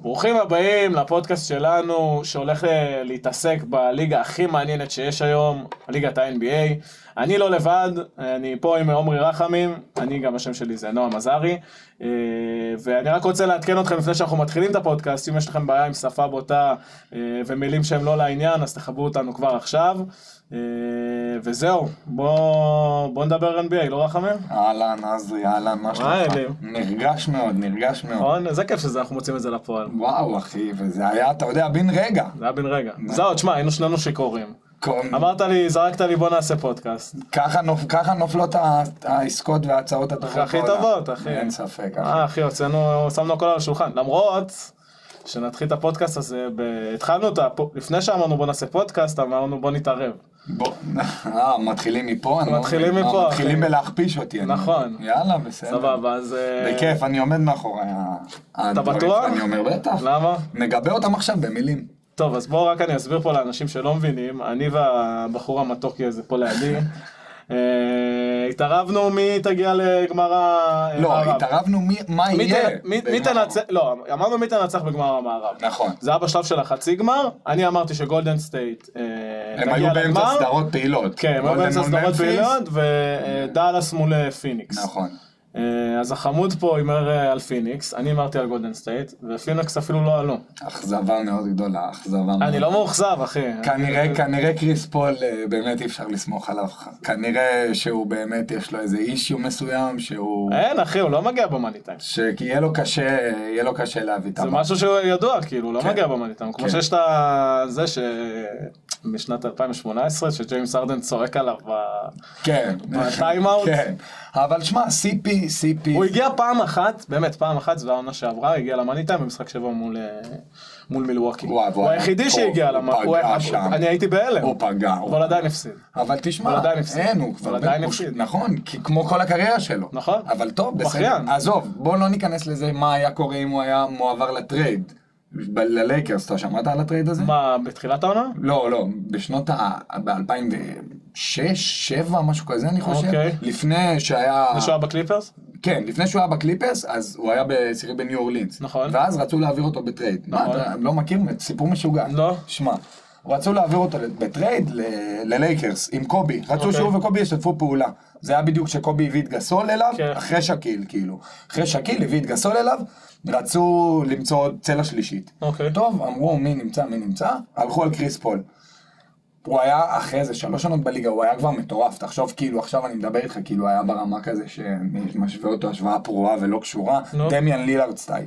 ברוכים הבאים לפודקאסט שלנו, שהולך אה, להתעסק בליגה הכי מעניינת שיש היום, ליגת ה-NBA. אני לא לבד, אני פה עם עומרי רחמים, אני גם השם שלי זה נועם עזרי. אה, ואני רק רוצה לעדכן אתכם לפני שאנחנו מתחילים את הפודקאסט, אם יש לכם בעיה עם שפה בוטה אה, ומילים שהן לא לעניין, אז תחברו אותנו כבר עכשיו. אה, וזהו, בואו בוא נדבר NBA, לא רחמים? אהלן, עזרי, אהלן, מה שלומך? אלי? נרגש מאוד, נרגש מאוד. נכון? זה כיף שזה, אנחנו מוצאים את זה לפועל. וואו, אחי, וזה היה, אתה יודע, בן רגע. זה היה בן רגע. זהו, תשמע, היינו שנינו שיכורים. כל- אמרת לי, זרקת לי, בוא נעשה פודקאסט. ככה נופ- ככה נופלות ה- העסקות וההצעות הטובות. הכי בעולם. טובות, אחי. אין ספק, אחי. אה, אחי, הוצאנו, שמנו הכל על השולחן. למרות שנתחיל את הפודקאסט הזה, ב... התחלנו את הפ... לפני שאמרנו בוא נעשה פודקאסט, אמרנו בוא נתערב. בוא, אה, מתחילים מפה? אני לא מתחילים מבין. מפה, אה, מתחילים אחי. בלהכפיש אותי. אני נכון. מבין. יאללה, בסדר. סבבה, אז... אה, בכיף, אני עומד מאחורי ה- הדברים. בטוח? לא. אני אומר, בטח. למה? נגבה אותם עכשיו במילים. טוב, אז בואו רק אני אסביר פה לאנשים שלא מבינים, אני והבחור המתוקי הזה פה לידי, אה, התערבנו מי תגיע לגמר ה- לא, המערב. התערבנו מי- מה אה, מי יהיה. תנ- מי- מי בגמר. תנצח, לא, אמרנו מי תנצח בגמר המערב. נכון. זה היה בשלב של החצי גמר, אני אמרתי שגולדן סטייט אה, הם תגיע היו באמצע לגמר. סדרות פעילות. כן, הם היו גולדן באמצע מול סדרות ממפיס. Mm. פעילות, ודאלאס מול פיניקס. נכון. אה, אז החמוד פה הימר אה, על פיניקס, אני הימרתי על גולדן סטייט, ופיניקס אפילו לא עלו. Mm. אכזבה מאוד גדולה, אכזבה מאוד. אני לא מאוכזב, אחי. כנראה, כנראה קריס פול אה, באמת אי אפשר לסמוך עליו. כנראה שהוא באמת יש לו איזה אישיו מסוים שהוא... אין, אחי, הוא לא מגיע במאני טיים. שיהיה לו קשה, אה, יהיה לו קשה להביא את זה הבא. משהו שהוא ידוע, כאילו, הוא לא כן. מגיע במאני טיים. כמו כן. שיש את ה- זה ש... משנת 2018, שג'יימס ארדן צועק עליו ב... כן. בטיימאוט? כן. אבל שמע, סיפי, סיפי. הוא הגיע פעם אחת, באמת פעם אחת, זו העונה שעברה, הגיע למאני טיים במשחק שבע מול, אה, מול מילווקי. וואו, הוא וואו, היחידי הוא- שהגיע הוא למאני, פגע שם. אני הייתי בהלם, הוא פגע. הוא- אבל עדיין הפסיד. אבל תשמע, אבל עדיין הפסיד. אין, הוא כבר... אבל עדיין הוא- הפסיד. נכון, כי כמו כל הקריירה שלו. נכון. אבל טוב, הוא בסדר. אחריין. עזוב, בוא לא ניכנס לזה מה היה קורה אם הוא היה מועבר לטרייד. ב- ללייקרס, אתה שמעת על הטרייד הזה? מה, בתחילת העונה? לא, לא, בשנות ה... ב-2006, 2007, משהו כזה, אני חושב. אוקיי. לפני שהיה... זה שהוא היה בקליפרס? כן, לפני שהוא היה בקליפרס, אז הוא היה בסירי בניו אורלינס. נכון. ואז רצו להעביר אותו בטרייד. נכון. מה, אתה לא מכיר? סיפור משוגע. לא. שמע, רצו להעביר אותו בטרייד ל- ללייקרס עם קובי. רצו אוקיי. שהוא וקובי ישתפו פעולה. זה היה בדיוק כשקובי הביא את גסול אליו, כן. אחרי שקיל, כאילו. אחרי שקיל הביא את גסול אליו, רצו למצוא עוד צלע שלישית. אוקיי. טוב, אמרו מי נמצא, מי נמצא, הלכו על קריס פול. הוא היה אחרי איזה שלוש עונות בליגה, הוא היה כבר מטורף, תחשוב כאילו עכשיו אני מדבר איתך, כאילו היה ברמה כזה שאני משווה אותו השוואה פרועה ולא קשורה, נו. דמיאן לילארד סטייל.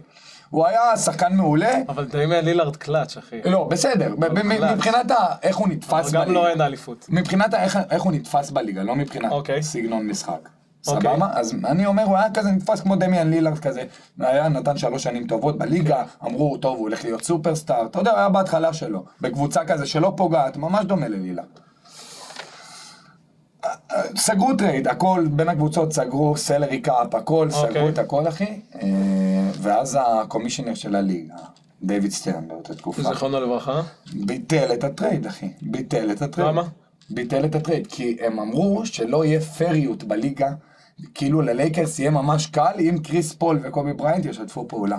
הוא היה שחקן מעולה, אבל דמיין לילארד קלאץ', אחי. לא, בסדר, ב- ב- קלאס. מבחינת ה- איך הוא נתפס אבל גם בליגה. לא אין אליפות. מבחינת ה- איך- איך הוא נתפס בליגה, לא מבחינת אוקיי. סגנון משחק. אוקיי. סבבה? אז אני אומר, הוא היה כזה נתפס כמו דמיאן לילארד כזה. היה נתן שלוש שנים טובות בליגה, אמרו, טוב, הוא הולך להיות סופרסטאר. אתה יודע, היה בהתחלה שלו. בקבוצה כזה שלא פוגעת, ממש דומה ללילארד. סגרו טרייד, הכל בין הקבוצות סגרו, סלרי קאפ, הכל, אוקיי. סגרו את הכל אחי, אה, ואז הקומישיונר של הליגה, דיוויד סטרן באותה תקופה, זיכרונו לברכה. ביטל את הטרייד, אחי. ביטל את הטרייד. למה? ביטל את הטרייד, כי הם אמרו שלא יהיה פריות בליגה. כאילו ללייקרס יהיה ממש קל אם קריס פול וקובי בריינט ישתפו פעולה.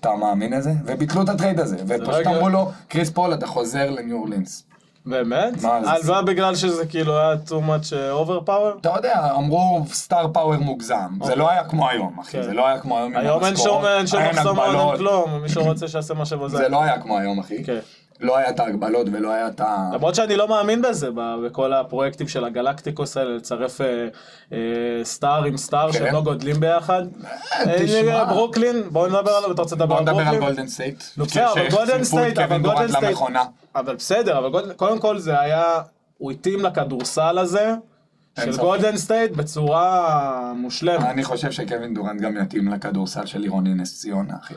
אתה מאמין לזה? וביטלו את הטרייד הזה, ופשוט רגע. אמרו לו, קריס פול אתה חוזר לניו אורלינס. באמת? מה זה? הלוואה בגלל שזה כאילו היה too much אה, overpower? אתה יודע, אמרו סטאר פאוור מוגזם, זה לא היה כמו היום, אחי, כן. זה לא היה כמו היום עם היום אין שום המשכורות, אין שום אין מחסומון, אין הגבלות. כלום, מי שרוצה שיעשה מה שבזה. זה לא היה כמו היום, אחי. כן. לא היה את ההגבלות ולא היה את ה... למרות שאני לא מאמין בזה, ב- בכל הפרויקטים של הגלקטיקוס האלה, לצרף אה, אה, סטאר עם סטאר שהם לא גודלים ביחד. אה, כן. תשמע. נראה, ברוקלין, בוא נדבר עליו, אתה רוצה לדבר בוא על נדבר על ברוקלין? גולדן סטייט. נו, לא, בסדר, אבל גולדן סטייט, אבל גולדן סטייט, למכונה. אבל בסדר, אבל גולדן- קודם כל זה היה, הוא התאים לכדורסל הזה, של ספק. גולדן סטייט בצורה מושלמת. אני חושב שקווין דורנט גם יתאים לכדורסל של עירוני נס ציונה, אחי.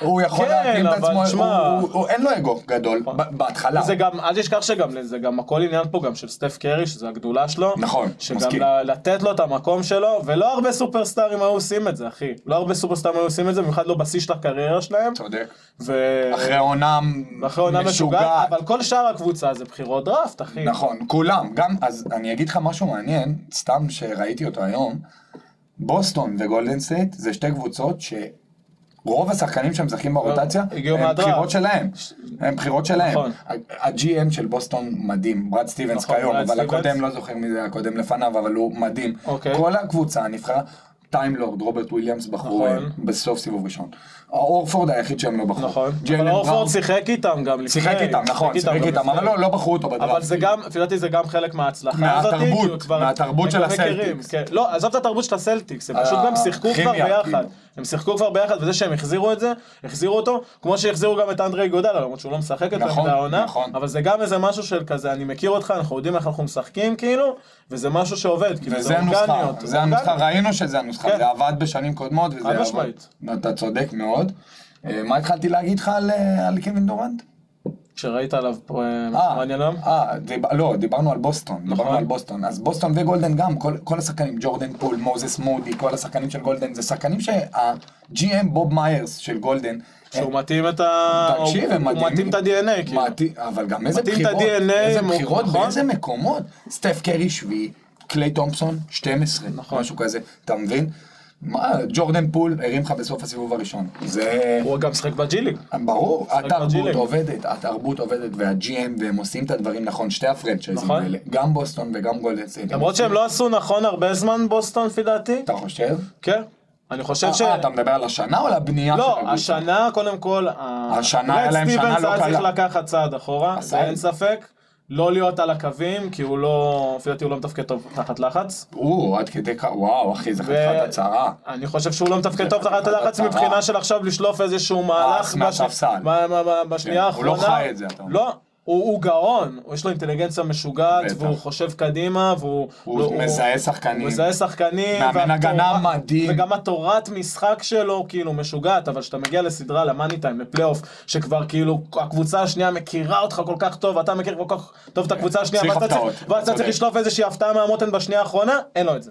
הוא יכול כן, להתאים את אבל עצמו, תשמע- הוא- הוא- הוא- אין לו אגו גדול, ב- בהתחלה. זה גם, אל תשכח שגם זה גם הכל עניין פה גם של סטף קרי, שזה הגדולה שלו. נכון, שגם מסכים. ל- לתת לו את המקום שלו, ולא הרבה סופרסטארים היו עושים את זה, אחי. לא הרבה סופרסטארים היו עושים את זה, במיוחד לא בשיא של הקריירה שלהם. צודק. ו... אחרי עונה אחרי עונה משוגעת, משוגעת. אבל כל שאר הקבוצה זה בחירות דראפט, אחי. נכון, כולם, גם, אז אני אגיד לך משהו מעניין, סתם שראיתי אותו היום, בוסטון וגולדן סטייט זה שתי קבוצות ש... רוב השחקנים שמשחקים ברוטציה, לא, הגיעו הם מהדראפט. בחירות שלהם. הם בחירות שלהם. נכון. ה-GM של בוסטון מדהים, ברד סטיבנס נכון, כיום, ברד אבל סטיבנס. הקודם, לא זוכר מי זה היה הקודם לפניו, אבל הוא מדהים. אוקיי. כל הקבוצה נבחרה, טיימלורד, רוברט וויליאמס בחרו נכון. הם בסוף סיבוב ראשון. אורפורד היחיד שהם לא בחרו. נכון. ג'יילן אבל בראון- אורפורד שיחק איתם גם לפני. שיחק איתם, נכון, שיחק גם איתם, אבל לפני. לא, לא בחרו אותו בדראפט. אבל זה גם, לפי דעתי זה גם חלק מההצלחה הזאת, מהתרבות, כי הוא כבר- מהתרבות הם של גם מכירים, הסלטיקס. כן. לא, עזוב את התרבות של הסלטיקס, הם פשוט גם שיחקו כבר הכימיה, ביחד. כאילו. הם שיחקו כבר ביחד, וזה שהם החזירו את זה, החזירו אותו, כמו שהחזירו גם את אנדרי גודל, למרות שהוא לא משחק יותר נכון, מדי העונה, נכון. אבל זה גם איזה משהו של כזה, אני מכיר אותך, אנחנו יודעים איך אנחנו משחקים, כאילו, וזה משהו שעובד, כאילו, וזה זה הנוסחה, אורגניות. זה הנוסחה, ראינו שזה הנוסחה, כן. זה עבד בשנים קודמות, וזה חד עבד. משמעית. אתה צודק מאוד. אה, מה התחלתי להגיד לך על אה, על קווין דורנט? כשראית עליו פה, אה, אה, מעניין היום? נכון. אה, דיב- לא, דיברנו על בוסטון, דיברנו על בוסטון. אז בוסטון וגולדן גם, כל- כל השחקנים, ג'ורדן פול, מוזס מודי, כל השחקנים של גולדן, זה שחקנים שה-GM בוב מיירס של גולדן, שהוא מתאים את ה... תקשיב, הם אה, הוא מתאים מדהימים. את ה-DNA, כאילו. מתי- אבל גם איזה מתאים את בחירות, ה-DNA, איזה מו- בחירות, נכון? באיזה מקומות. סטף קרי שביעי, קליי תומפסון, 12, נכון. משהו כזה, אתה מבין? מה, ג'ורדן פול הרים לך בסוף הסיבוב הראשון. זה... הוא גם משחק בג'יליג. ברור, התרבות בג'ילג. עובדת, התרבות עובדת וה-GM, והם עושים את הדברים נכון, שתי הפרנצ'ייזים נכון. האלה, גם בוסטון וגם גולדן סטייט. למרות שהם לא עשו נכון הרבה זמן בוסטון, לפי דעתי. אתה חושב? כן. אני חושב אה, ש... אה, אתה מדבר על השנה או על הבנייה של לא, הקבוצה? השנה, קודם כל, ה- השנה, היה רד להם שנה סטיבנס לא היה צריך קלה. לקחת צעד אחורה, עשה זה את אין זה. ספק. לא להיות על הקווים, כי הוא לא, לפי דעתי הוא לא מתפקד טוב תחת לחץ. או, עד כדי כך, וואו, אחי, זה חתיכת הצהרה. אני חושב שהוא לא מתפקד טוב תחת חתיכת הלחץ הצהרה. מבחינה של עכשיו לשלוף איזשהו מהלך מהספסל. מה- מה- מה- בשנייה כן, הוא לא האחרונה. חי את זה, אתה אומר. לא, הוא הוא גאון, יש לו אינטליגנציה משוגעת, בטח. והוא חושב קדימה, והוא... לא, הוא מזהה שחקנים. הוא מזהה שחקנים. מאמן הגנה והתורה- מדהים. וגם התורת משחק שלו כאילו משוגעת, אבל כשאתה מגיע לסדרה, למאני טיים, לפלייאוף, שכבר כאילו הקבוצה השנייה מכירה אותך כל כך טוב, ואתה מכיר כל כך טוב את הקבוצה השנייה, צריך ואתה הפתעות, צריך- ואתה צודק. צריך לשלוף איזושהי הפתעה מהמותן בשנייה האחרונה, אין לו את זה.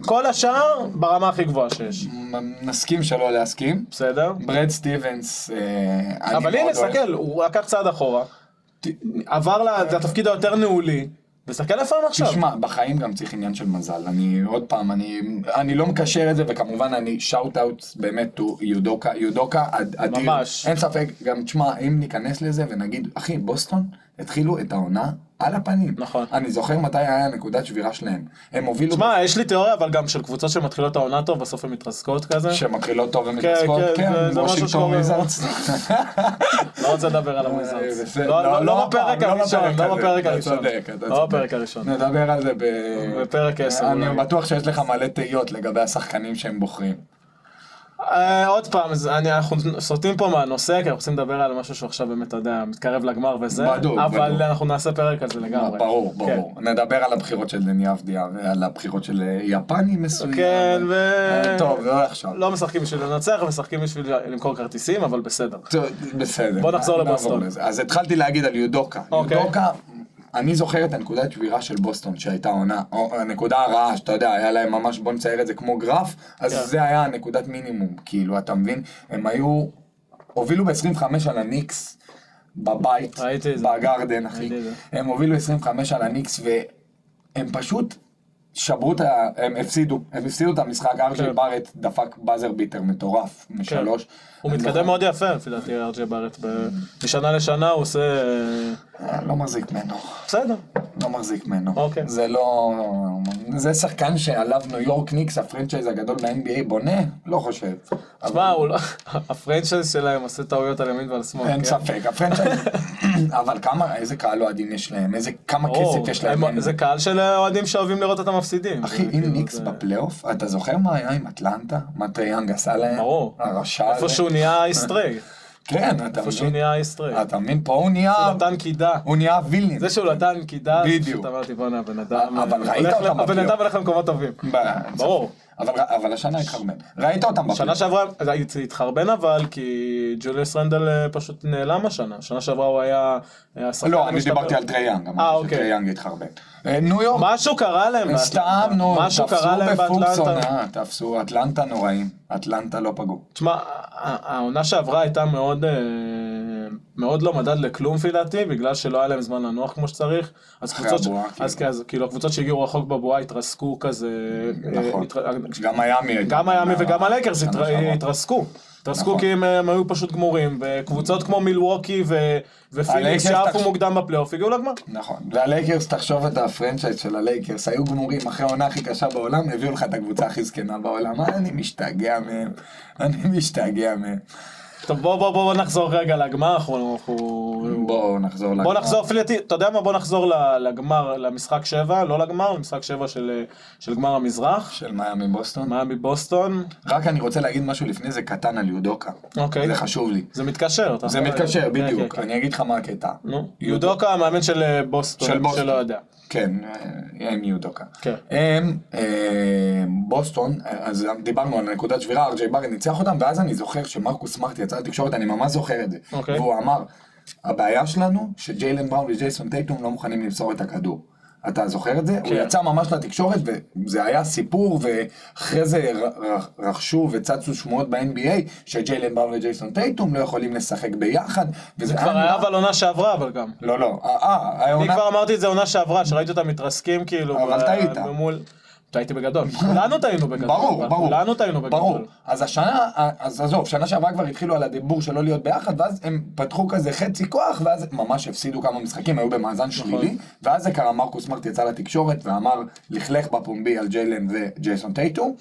כל השאר ברמה הכי גבוהה שיש. כן, מ- נסכים שלא להסכים. בסדר? ברד סטיבנס, אה, אני אבל הנה, מאוד אוהב. סתכל, הוא לקח צעד אחורה, ת- עבר ל- לתפקיד היותר ניהולי, וסתכל איפה הם עכשיו. תשמע, בחיים גם צריך עניין של מזל. אני, עוד פעם, אני, אני לא מקשר את זה, וכמובן אני שאוט אאוט באמת הוא יודוקה, יודוקה אד- אדיר. ממש. אין ספק, גם תשמע, אם ניכנס לזה ונגיד, אחי, בוסטון התחילו את העונה על הפנים. נכון. אני זוכר מתי היה נקודת שבירה שלהם. הם הובילו... תשמע, יש לי תיאוריה, אבל גם של קבוצות שמתחילות את העונה טוב, בסוף הן מתרסקות כזה. שמקהילות טוב כן, ומתעסקות, כן, כן, זה- זה משהו וושינגטון שקורה. ריזלטס. לא רוצה לדבר על אה, הוויזארדס. בסדר. לא- לא- לא הפעם, בפרק הראשון, הזה. לא בפרק אתה הראשון. צודק, אתה לא צודק. בפרק הראשון. נדבר על זה ב... בפרק עשר, אני אולי. בטוח שיש לך מלא תהיות לגבי השחקנים שהם בוחרים. אה, עוד פעם, זה- אני- אנחנו סוטים פה מהנושא, כי אנחנו רוצים לדבר על משהו שעכשיו באמת, אתה יודע, מתקרב לגמר וזה, בדוק, בדוק. אבל אנחנו נעשה פרק על זה לגמרי. ברור, כן. ברור. נדבר על הבחירות של דני אבדיה ועל הבחירות של אה, יפני מסוים. כן, ו... אה, טוב, לא עכשיו. לא משחקים בשביל לנצח, משחקים בשביל למכור כרטיסים, אבל בסדר. טוב, בסדר. בוא נחזור נעבור לבוסטון. לזה. אז התחלתי להגיד על יודוקה. אוקיי. יודוקה, אני זוכר את הנקודת שבירה של בוסטון שהייתה עונה, או הנקודה הרעה, שאתה יודע, היה להם ממש, בוא נצייר את זה כמו גרף, אז כן. זה היה הנקודת מינימום, כאילו, אתה מבין? הם היו, הובילו ב-25 על הניקס. בבית, ראיתי את זה. בגרדן, אחי. ראיתי את זה. הם הובילו 25 על הניקס, והם פשוט שברו את ה... הם הפסידו. הם הפסידו את המשחק, ארג'י כן. בארט דפק באזר ביטר מטורף, משלוש. הוא אני מתקדם זוכר- מאוד יפה, לפי דעתי, ארג'י בארט. ב- משנה לשנה הוא עושה... אה, אה, לא מחזיק ממנו, בסדר. לא מחזיק ממנו. אוקיי. זה לא... זה שחקן שעליו ניו יורק ניקס, הפרנצ'ייז הגדול ב-NBA בונה? לא חושב. תשמע, הוא לא... הפרנצ'ייז שלהם עושה טעויות על ימין ועל שמאל. אין כן? ספק, הפרנצ'ייז... אבל כמה, איזה קהל אוהדים יש להם? איזה, כמה ברור. כסף יש להם? הם- זה קהל של אוהדים שאוהבים לראות אותם מפסידים. אחי, זה אם כאילו, ניקס זה- בפלייאוף, אתה זוכר מה היה עם אטלנטה? מה טרייאנג עשה להם? ברור. הרשע הזה. איפה שהוא נהיה אייסטרי. כן, אתה איפה שהוא מבין? נהיה אייסטרי. אתה מבין? פה הוא נהיה... הוא נתן קידה. הוא נהיה וילנין. זה שהוא נתן קידה, בדיוק. פשוט אמרתי בואנה הבן אדם, אה, אבל הולך ראית ל- אותם הבן בפלייאוף. אדם הולך למקומות טובים. ב- ברור. אבל ר- אבל השנה התחרמן. ראית אותם שנה בפלייאוף. שעברה, זה התחרבן אבל, כי ג'וליוס רנדל אה, פשוט נעלם השנה. שנה שעברה הוא היה... אה, השחקן לא, אני המשתפר. דיברתי על טרייאנג. אה, אוקיי. טרייאנג התחרמן. אה, ניו יורק. משהו קרה להם באטלנטה. סתם, נו, משהו קרה להם תפסו בפוקס באטלנטה. עונה, תפסו אטלנטה נוראים. אטלנטה לא פגעו. תשמע, ה- העונה שעברה הייתה מאוד, אה, מאוד לא מדד לכלום לפי דעתי, בגלל שלא היה להם זמן לנוח כמו שצריך. אז אחרי קבוצות, ש- הבועה, אז כאילו. אז כאילו הקבוצות שהגיעו רחוק בבועה התרסקו כזה. אה, נכון. התר- גם מיאמי. גם הימי וגם שנה הלייקרס התר- שעברה. התרסקו. התרסקו לא. נכון. כי הם, הם היו פשוט גמורים, וקבוצות כמו מילווקי ו- ופיניקס הלייקרס שעפו תחש- מוקדם בפלייאוף הגיעו לגמר. נכון. והלייקרס, תחשוב את הפרנצ'ייז של הלייקרס, היו גמורים אחרי העונה הכי קשה בעולם, הביאו לך את הקבוצה הכי זקנה בעולם. מה, אני משתגע מהם, אני משתגע מהם. טוב, בוא, בוא, בוא נחזור רגע לגמר, אנחנו... אנחנו... בואו נחזור בוא נחזור, לפי דעתי, אתה יודע מה? בוא נחזור ל- לגמר, למשחק שבע, לא לגמר, למשחק שבע של, של גמר המזרח. של מיאמי בוסטון. מיאמי בוסטון, רק אני רוצה להגיד משהו לפני זה קטן על יודוקה. אוקיי. זה חשוב לי. זה מתקשר. אתה- זה מתקשר, כן, בדיוק. כן, כן. אני אגיד לך מה הקטע. נו, יודוקה. יודוקה המאמן של אה, בוסטון, של בוסטון. שלא יודע. כן, אה, הם יודוקה. כן. הם, אה, בוסטון, אה, אז דיברנו על נקודת שבירה, ארג'יי בארי ניצח אותם, ואז אני זוכר שמרקוס סמארט יצא לתקשורת, אני ממש זוכר את זה. אוקיי. והוא אמר, הבעיה שלנו, שג'יילן בראון וג'ייסון טייטום לא מוכנים למסור את הכדור. אתה זוכר את זה? הוא כן. יצא ממש לתקשורת, וזה היה סיפור, ואחרי זה ר- ר- רכשו וצצו שמועות ב-NBA, שג'יילן בראון וג'ייסון טייטום לא יכולים לשחק ביחד, וזה כבר היה נראה- אבל עונה שעברה, אבל גם. לא, לא, אה, אה, אני העונה... כבר אמרתי את זה עונה שעברה, שראיתי אותם מתרסקים כאילו. אבל ב- טעית. במול... טעיתי בגדול. כולנו טעינו בגדול. ברור, אבל ברור. כולנו טעינו בגדול. ברור. אז השנה, אז עזוב, שנה שעברה כבר התחילו על הדיבור שלא להיות ביחד, ואז הם פתחו כזה חצי כוח, ואז ממש הפסידו כמה משחקים, היו במאזן נכון. שלילי, ואז זה קרה, מרקוס מרט יצא לתקשורת ואמר, לכלך בפומבי על ג'יילן וג'ייסון טייטום.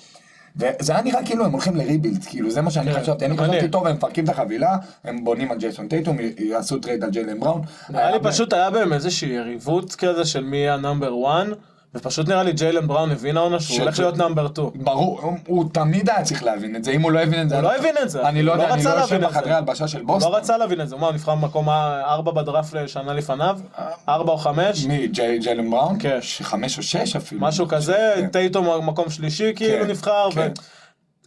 וזה היה נראה כאילו הם הולכים לריבילד, כאילו זה מה שאני כן, חשבתי, אני מעניין. חשבתי טוב, הם מפרקים את החבילה, הם בונים על ג'ייסון טייטום, י- יעשו טרייד על ג'יילן בראון. אה, נראה לי היה- פשוט היה בהם איזושהי יריבות כזה של מי יהיה הנאמבר 1, ופשוט נראה לי ג'יילן בראון הבין העונה שהוא ש- הולך להיות נאמבר 2. ברור, הוא- הוא תמיד היה צריך להבין את זה, אם הוא לא הבין את זה. הוא לא אני- הבין את זה, אני לא הוא לא יודע, אני רצה לא להבין יושב את זה. בחדרי ההלבשה של הוא בוסטון. לא רצה להבין את זה, מה, הוא נבחר במקום 4 בדראפט לשנה לפניו? 4 או 5? מי, ג'י- ג'יילן בראון? כן. ש- חמש או שש אפילו. משהו כזה, כן. טייטום מקום שלישי כאילו כן, נבחר, ו... כן.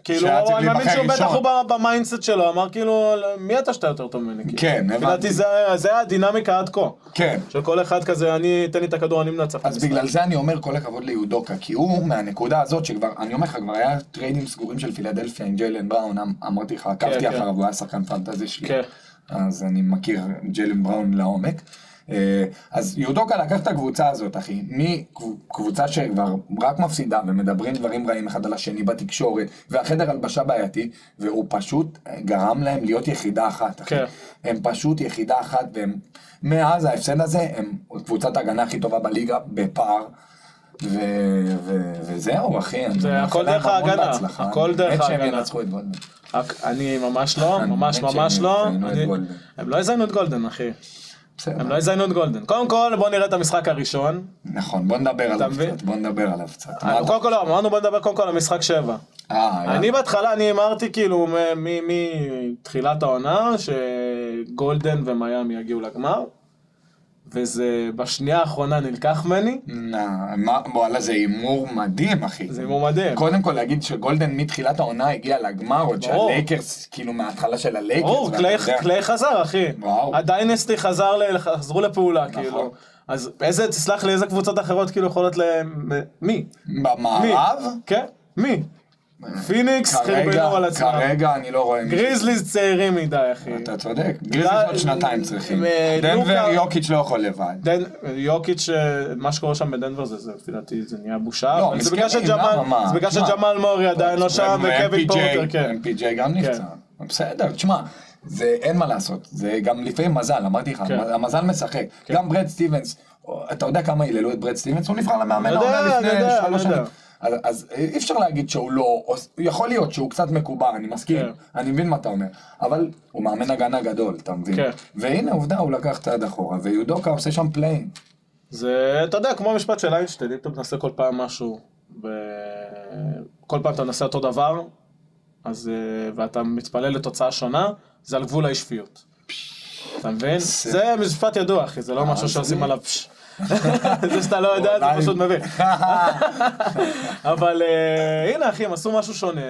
כאילו, שהיה צריך אני מאמין להיבחר שהוא בטח ראשון. הוא ב- במיינדסט שלו, אמר כאילו, מי אתה שאתה יותר טוב ממני? כאילו?" כן, לפי הבנתי. דעתי זה- זה הדינמיקה עד כה. כן. של כל אחד כזה, אני, תן לי את הכדור, אני מנצח. את אז המשחק. בגלל זה אני אומר כל הכבוד ליודוקה, כי הוא מהנקודה הזאת שכבר, אני אומר לך, כבר היה טריידים סגורים של פילדלפיה עם ג'יילן בראון, אמ- אמרתי לך, עקבתי כן. אחריו, הוא היה שחקן פנטזי שלי. כן. אז אני מכיר ג'יילן בראון לעומק. אה, אז יודוקה לקח את הקבוצה הזאת, אחי, מקבוצה שכבר רק מפסידה ומדברים דברים רעים אחד על השני בתקשורת, והחדר הלבשה בעייתי, והוא פשוט גרם להם להיות יחידה אחת, אחי. כן. הם פשוט יחידה אחת, והם, מאז ההפסד הזה, הם קבוצת ההגנה הכי טובה בליגה בפער. ו... ו... וזהו, אחי. אני זה מאחל הכל להם דרך המון ההגנה, בהצלחה. הכל דרך באמת שהם ההגנה. ינצחו את גולדמן. רק- אני ממש לא, אני ממש באמת ממש שהם לא. יזיינו את אני- גולדן. הם לא יזיינו את גולדן, אחי. הם בסדר. לא יזיינו את גולדן. קודם כל, בוא נראה את המשחק הראשון. נכון, בוא נדבר עליו מבין? קצת. בוא נדבר עליו קצת. מה אנחנו אתה- קודם כל, לא, אמרנו בוא נדבר קודם כל על משחק שבע. אה, אני בהתחלה, אני אמרתי כאילו מ- מ- מתחילת העונה, שגולדן ומיאמי יגיעו לגמר, וזה בשנייה האחרונה נלקח ממני. נא, מה, וואלה, זה הימור מדהים, אחי. זה הימור מדהים. קודם כל להגיד שגולדן מתחילת העונה הגיע לגמר, עוד ברור. שהלייקרס, כאילו מההתחלה של הלייקרס. ברור, ואתה קליי- יודע- קליי חזר, אחי. וואו. נכון. הדיינסטי חזר, ל- חזרו לפעולה, כאילו. אז איזה, תסלח לי, איזה קבוצות אחרות כאילו יכולות ל... מי? מי? במערב? כן, מי? פיניקס כרגע, חרבנו על עצמם. כרגע אני לא רואה מישהו. גריזליז צעירים מדי, אחי. אתה צודק, גריזליס עוד שנתיים צריכים. אה, דנבר לוקה- יוקיץ' לא יכול לבד. דן, יוקיץ', אה, מה שקורה שם בדנבר זה, זה, לפי דעתי, זה נהיה בושה. לא, אבל זה בגלל מסכנים, שג'מאל, למה, מה? זה בגלל תשמע, שג'מאל מורי עדיין לא שם, וקווין ו-MPJ, פורטר, כן. MPJ גם נפצע. בסדר, תשמע, זה אין מה לעשות, זה גם לפעמים מזל, אמרתי לך, כן. המזל משחק. כן. גם ברד סטיבנס, אתה יודע כמה היללו את ברד סטיבנס? הוא נבחר למאמן אני יודע, העונה אני לפני יודע, שלוש אני יודע. שנים. אז- אז אה, אי אפשר להגיד שהוא לא, עוש- יכול להיות שהוא קצת מקובע, אני מסכים, כן. אני מבין מה אתה אומר, אבל הוא מאמן הגנה גדול, אתה מבין? כן. והנה עובדה, הוא לקח צעד אחורה, ויודוקה עושה שם פליין. זה, אתה יודע, כמו המשפט של איינשטיין, אם אתה מנסה כל פעם משהו, וכל פעם אתה מנסה אותו דבר, אז, אה, ואתה מתפלל לתוצאה שונה, זה על גבול האי שפיות. אתה מבין? זה משפט ידוע, אחי, זה לא משהו שעושים עליו פש. זה שאתה לא יודע, זה אולי- פשוט מביך. אבל אה, הנה אחי, הם עשו משהו שונה,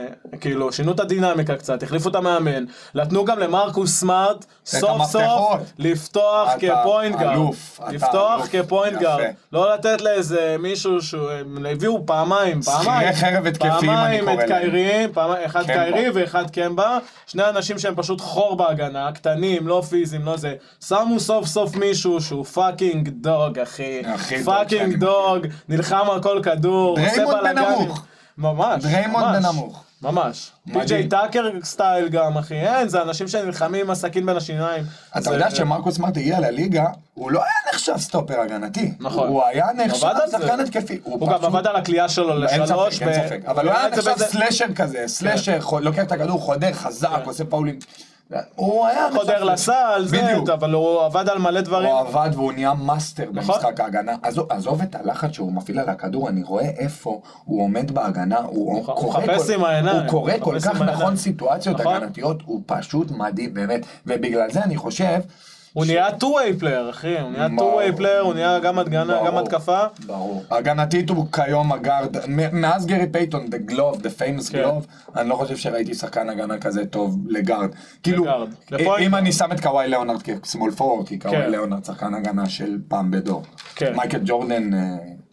כאילו, שינו את הדינמיקה קצת, החליפו את המאמן, נתנו גם למרקוס סמארט, סוף סוף, המפתחות. לפתוח אתה כפוינט גארד. אלוף, אתה לפתוח אלוף. כפוינט יפה. גארד. לא לתת לאיזה מישהו שהוא, הם הביאו פעמיים, פעמיים, שכירי חרב התקפיים, אני פעמיים קורא את להם. קיירי, פעמיים- אחד קמבה. קיירי ואחד קמבה, שני אנשים שהם פשוט חור בהגנה, קטנים, לא פיזיים, לא זה, שמו סוף סוף מישהו שהוא פאקינג דוג, אחי, הכי דוג שאני פאקינג מכיר. דוג, נלחם על כל כדור, עושה דריימונד בלאגנים. בנמוך. ממש, דריימונד ממש. בנמוך. ממש. מדהים. פי.ג'יי טאקר סטייל גם, אחי. אין, זה אנשים שנלחמים עם הסכין בין השיניים. אתה זה- יודע שמרקוס סמארט הגיע לליגה, הוא לא היה נחשב סטופר הגנתי. נכון. הוא היה נחשב עבד על זה. שחקן התקפי. הוא גם פשוט- עבד על הכלייה שלו אין לשלוש. ספק, אין ב- כן. ספק. אבל הוא הוא היה את זה נחשב באיזה- סלאשר כזה, סלאשר, חו- לוקח את הכדור, חודר חזק, עושה פאולים. הוא היה נחשב- כן. חודר לסל, זה, בדיוק. אבל הוא עבד על מלא דברים. הוא עבד והוא נהיה מאסטר נכון. במשחק ההגנה. עזוב- עזוב את הלחץ שהוא מפעיל על הכדור, אני רואה איפה הוא עומד בהגנה, הוא נכון, הוא קורא מחפש כל- עם העיניים, הוא קורא מחפש כל עם כך העיניים. נכון סיטואציות נכון. הגנתיות, הוא פשוט מדהים באמת, ובגלל זה אני חושב... הוא ש- נהיה two-way player, אחי. הוא נהיה ברור. two-way player, הוא נהיה גם הדגנה, גם ברור. התקפה. ברור. הגנתית הוא כיום הגארד, מ- מאז גרי פייתון, The Glove, The Famous כן. Glove, אני לא חושב שראיתי שחקן הגנה כזה טוב לגארד. כאילו, לגארד. אה, לפוינט. אם אני שם את קוואי ליאונרד כסמול פורוורד, כי קוואי כן. ליאונרד שחקן הגנה של פעם בדור. כן. מייקל ג'ורדן, אה,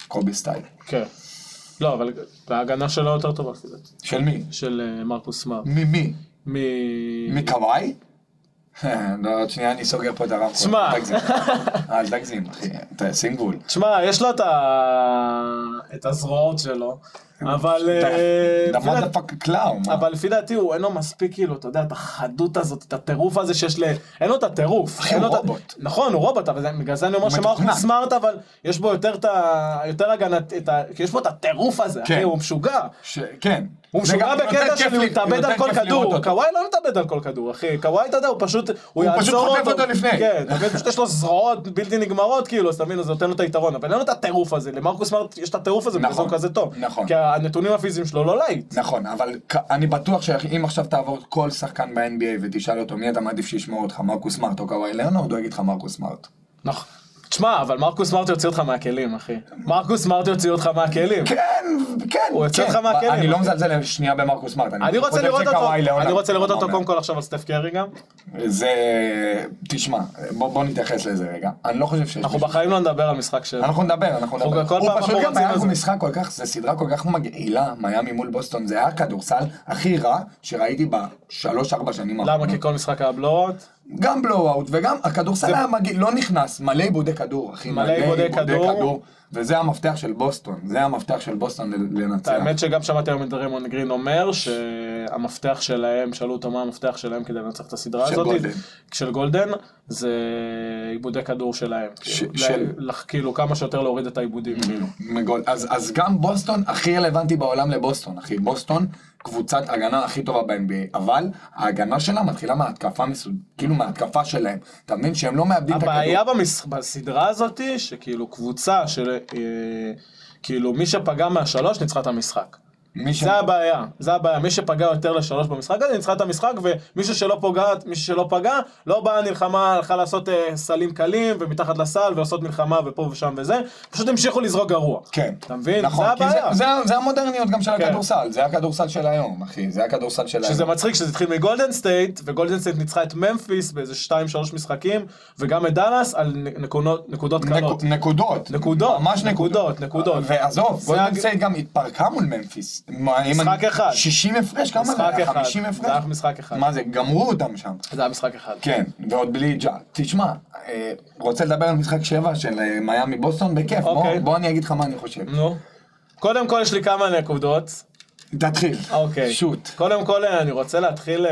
קובי סטייל. כן. לא, אבל ההגנה שלו יותר טובה, כי זה. של מי? של אה, מרקוס סמארט. ממי? מ... מקוואי? לא, עוד שנייה אני סוגר פה את הרמקול. תשמע. אל תגזים. אל תגזים, אה, אחי. תשים גבול. תשמע, יש לו את ה- את הזרועות שלו, כן. אבל... אה, דה לפי דעתי- מדה פאק קלאו. מה? אבל לפי דעתי הוא אין לו מספיק כאילו, אתה יודע, את החדות הזאת, את הטירוף הזה שיש ל... אין לו את הטירוף. אחי, אין הוא לו את ה- רובוט. נכון, הוא רובוט, אבל זה- בגלל זה אני אומר הוא שמרקוס מתוכנן. סמארט, אבל יש בו יותר את ה... יותר הגנת... את ה- כי יש בו את הטירוף הזה, אחי, כן. הוא משוגע. ש... כן. הוא זה משוגע גם- יותר בקטע כיף של הוא לי- מתאבד יותר על כל כיף לראות כדור, אותו. קוואי לא מתאבד על כל כדור, אחי, קוואי אתה יודע, הוא פשוט, הוא הוא פשוט יעצור חוטף אותו לפני. כן, אתה מבין, פשוט יש לו זרועות בלתי נגמרות, כאילו, אז אתה מבין, אז זה נותן לו את היתרון, אבל אין לו את הטירוף הזה, למרקוס סמארט יש את הטירוף הזה, בגלל זה הוא נכון, כזה טוב, נכון. כי הנתונים הפיזיים שלו לא להיט, נכון, אבל כ- אני בטוח שאם עכשיו תעבור כל שחקן ב-NBA ותשאל אותו מי אתה מעדיף שישמור אותך, מרקוס סמארט או קוואי ליאונרד, הוא יגיד לך מרקוס סמארט. נכון, תשמע, אבל מרקוס סמארט יוציא אותך מהכלים, אחי, מרקוס סמארט יוציא אותך מהכלים, כן, כן, הוא יוצא כן. לך מהכלא, אני לא אחי. מזלזל שנייה במרקוס סמארט. אני רוצה חושב לראות אותו, שקוואי ליאונרד- אני רוצה לראות אותו מה קודם כל עכשיו על סטף קרי גם, אומר? זה... תשמע, בוא בוא נתייחס לזה רגע. אני לא חושב שיש... אנחנו מישהו- בחיים לא נדבר על משחק שלו, אנחנו נדבר, אנחנו אנחנו נדבר. כל הוא פעם פשוט אנחנו גם רוצים היה לזה. משחק כל כך, זה סדרה כל כך מגעילה, מיאמי מול בוסטון, זה היה הכדורסל הכי רע שראיתי בשלוש-ארבע שנים למה? כי כל משחק היה בלואות? גם בלואו-אאוט וגם הכדורסל היה מגעיל, לא נכנס, מלא איבודי כדור, אחי, מלא איבודי כדור. וזה המפתח של בוסטון, זה המפתח של בוסטון ל- לנצח. האמת שגם שמעתי היום את דרימון גרין אומר שהמפתח שלהם, שאלו אותו מה המפתח שלהם כדי לנצח את הסדרה של הזאת, גולדן. של גולדן, זה עיבודי כדור שלהם. ש- כאילו, של- ל- לח- כאילו כמה שיותר להוריד את העיבודים. כאילו. מגול. אז, אז גם בוסטון הכי רלוונטי בעולם לבוסטון, אחי. בוסטון, קבוצת הגנה הכי טובה ב-NBA, אבל ההגנה שלה מתחילה מההתקפה, מסוד... כאילו מההתקפה שלהם. אתה מבין שהם לא מאבדים את הכדור. הבעיה במש... בסדרה הזאת, היא שכאילו קבוצה של... אה, כאילו מי שפגע מהשלוש ניצחה את המשחק. מי ש... זה הבעיה, זה הבעיה, מי שפגע יותר לשלוש במשחק הזה ניצחה את המשחק ומישהו שלא פגע, מישהו שלא פגע, לא באה נלחמה, הלכה לעשות אה, סלים קלים ומתחת לסל ועושות מלחמה ופה ושם וזה, פשוט המשיכו לזרוק גרוע. כן. אתה מבין? נכון, זה כי הבעיה. זה, זה, זה המודרניות גם של כן. הכדורסל, זה הכדורסל של היום, אחי. זה הכדורסל של שזה היום. מצחיק שזה התחיל מגולדן סטייט, וגולדן סטייט ניצחה את ממפיס באיזה 2-3 משחקים, וגם את דאלאס על נ- נקודות, נקודות קלות. נק, נקודות. נקודות, ממש נקודות, נקודות. נקודות. ועזוב, גולדן הג- סטייט גם התפרקה מול ממפיס. מה, אם משחק אני- אחד. 60 הפרש, כמה זה משחק היה? אחד. 50 הפרש? זה היה משחק אחד. מה זה, גמרו אותם שם. זה היה משחק אחד. כן, ועוד בלי ג'ה. תשמע, אה, רוצה לדבר על משחק 7 של אה, מיאמי בוסטון? בכיף, בוא, אוקיי. בוא אני אגיד לך מה אני חושב. נו. קודם כל יש לי כמה נקודות. תתחיל. אוקיי. שוט. קודם כל אה, אני רוצה להתחיל אה,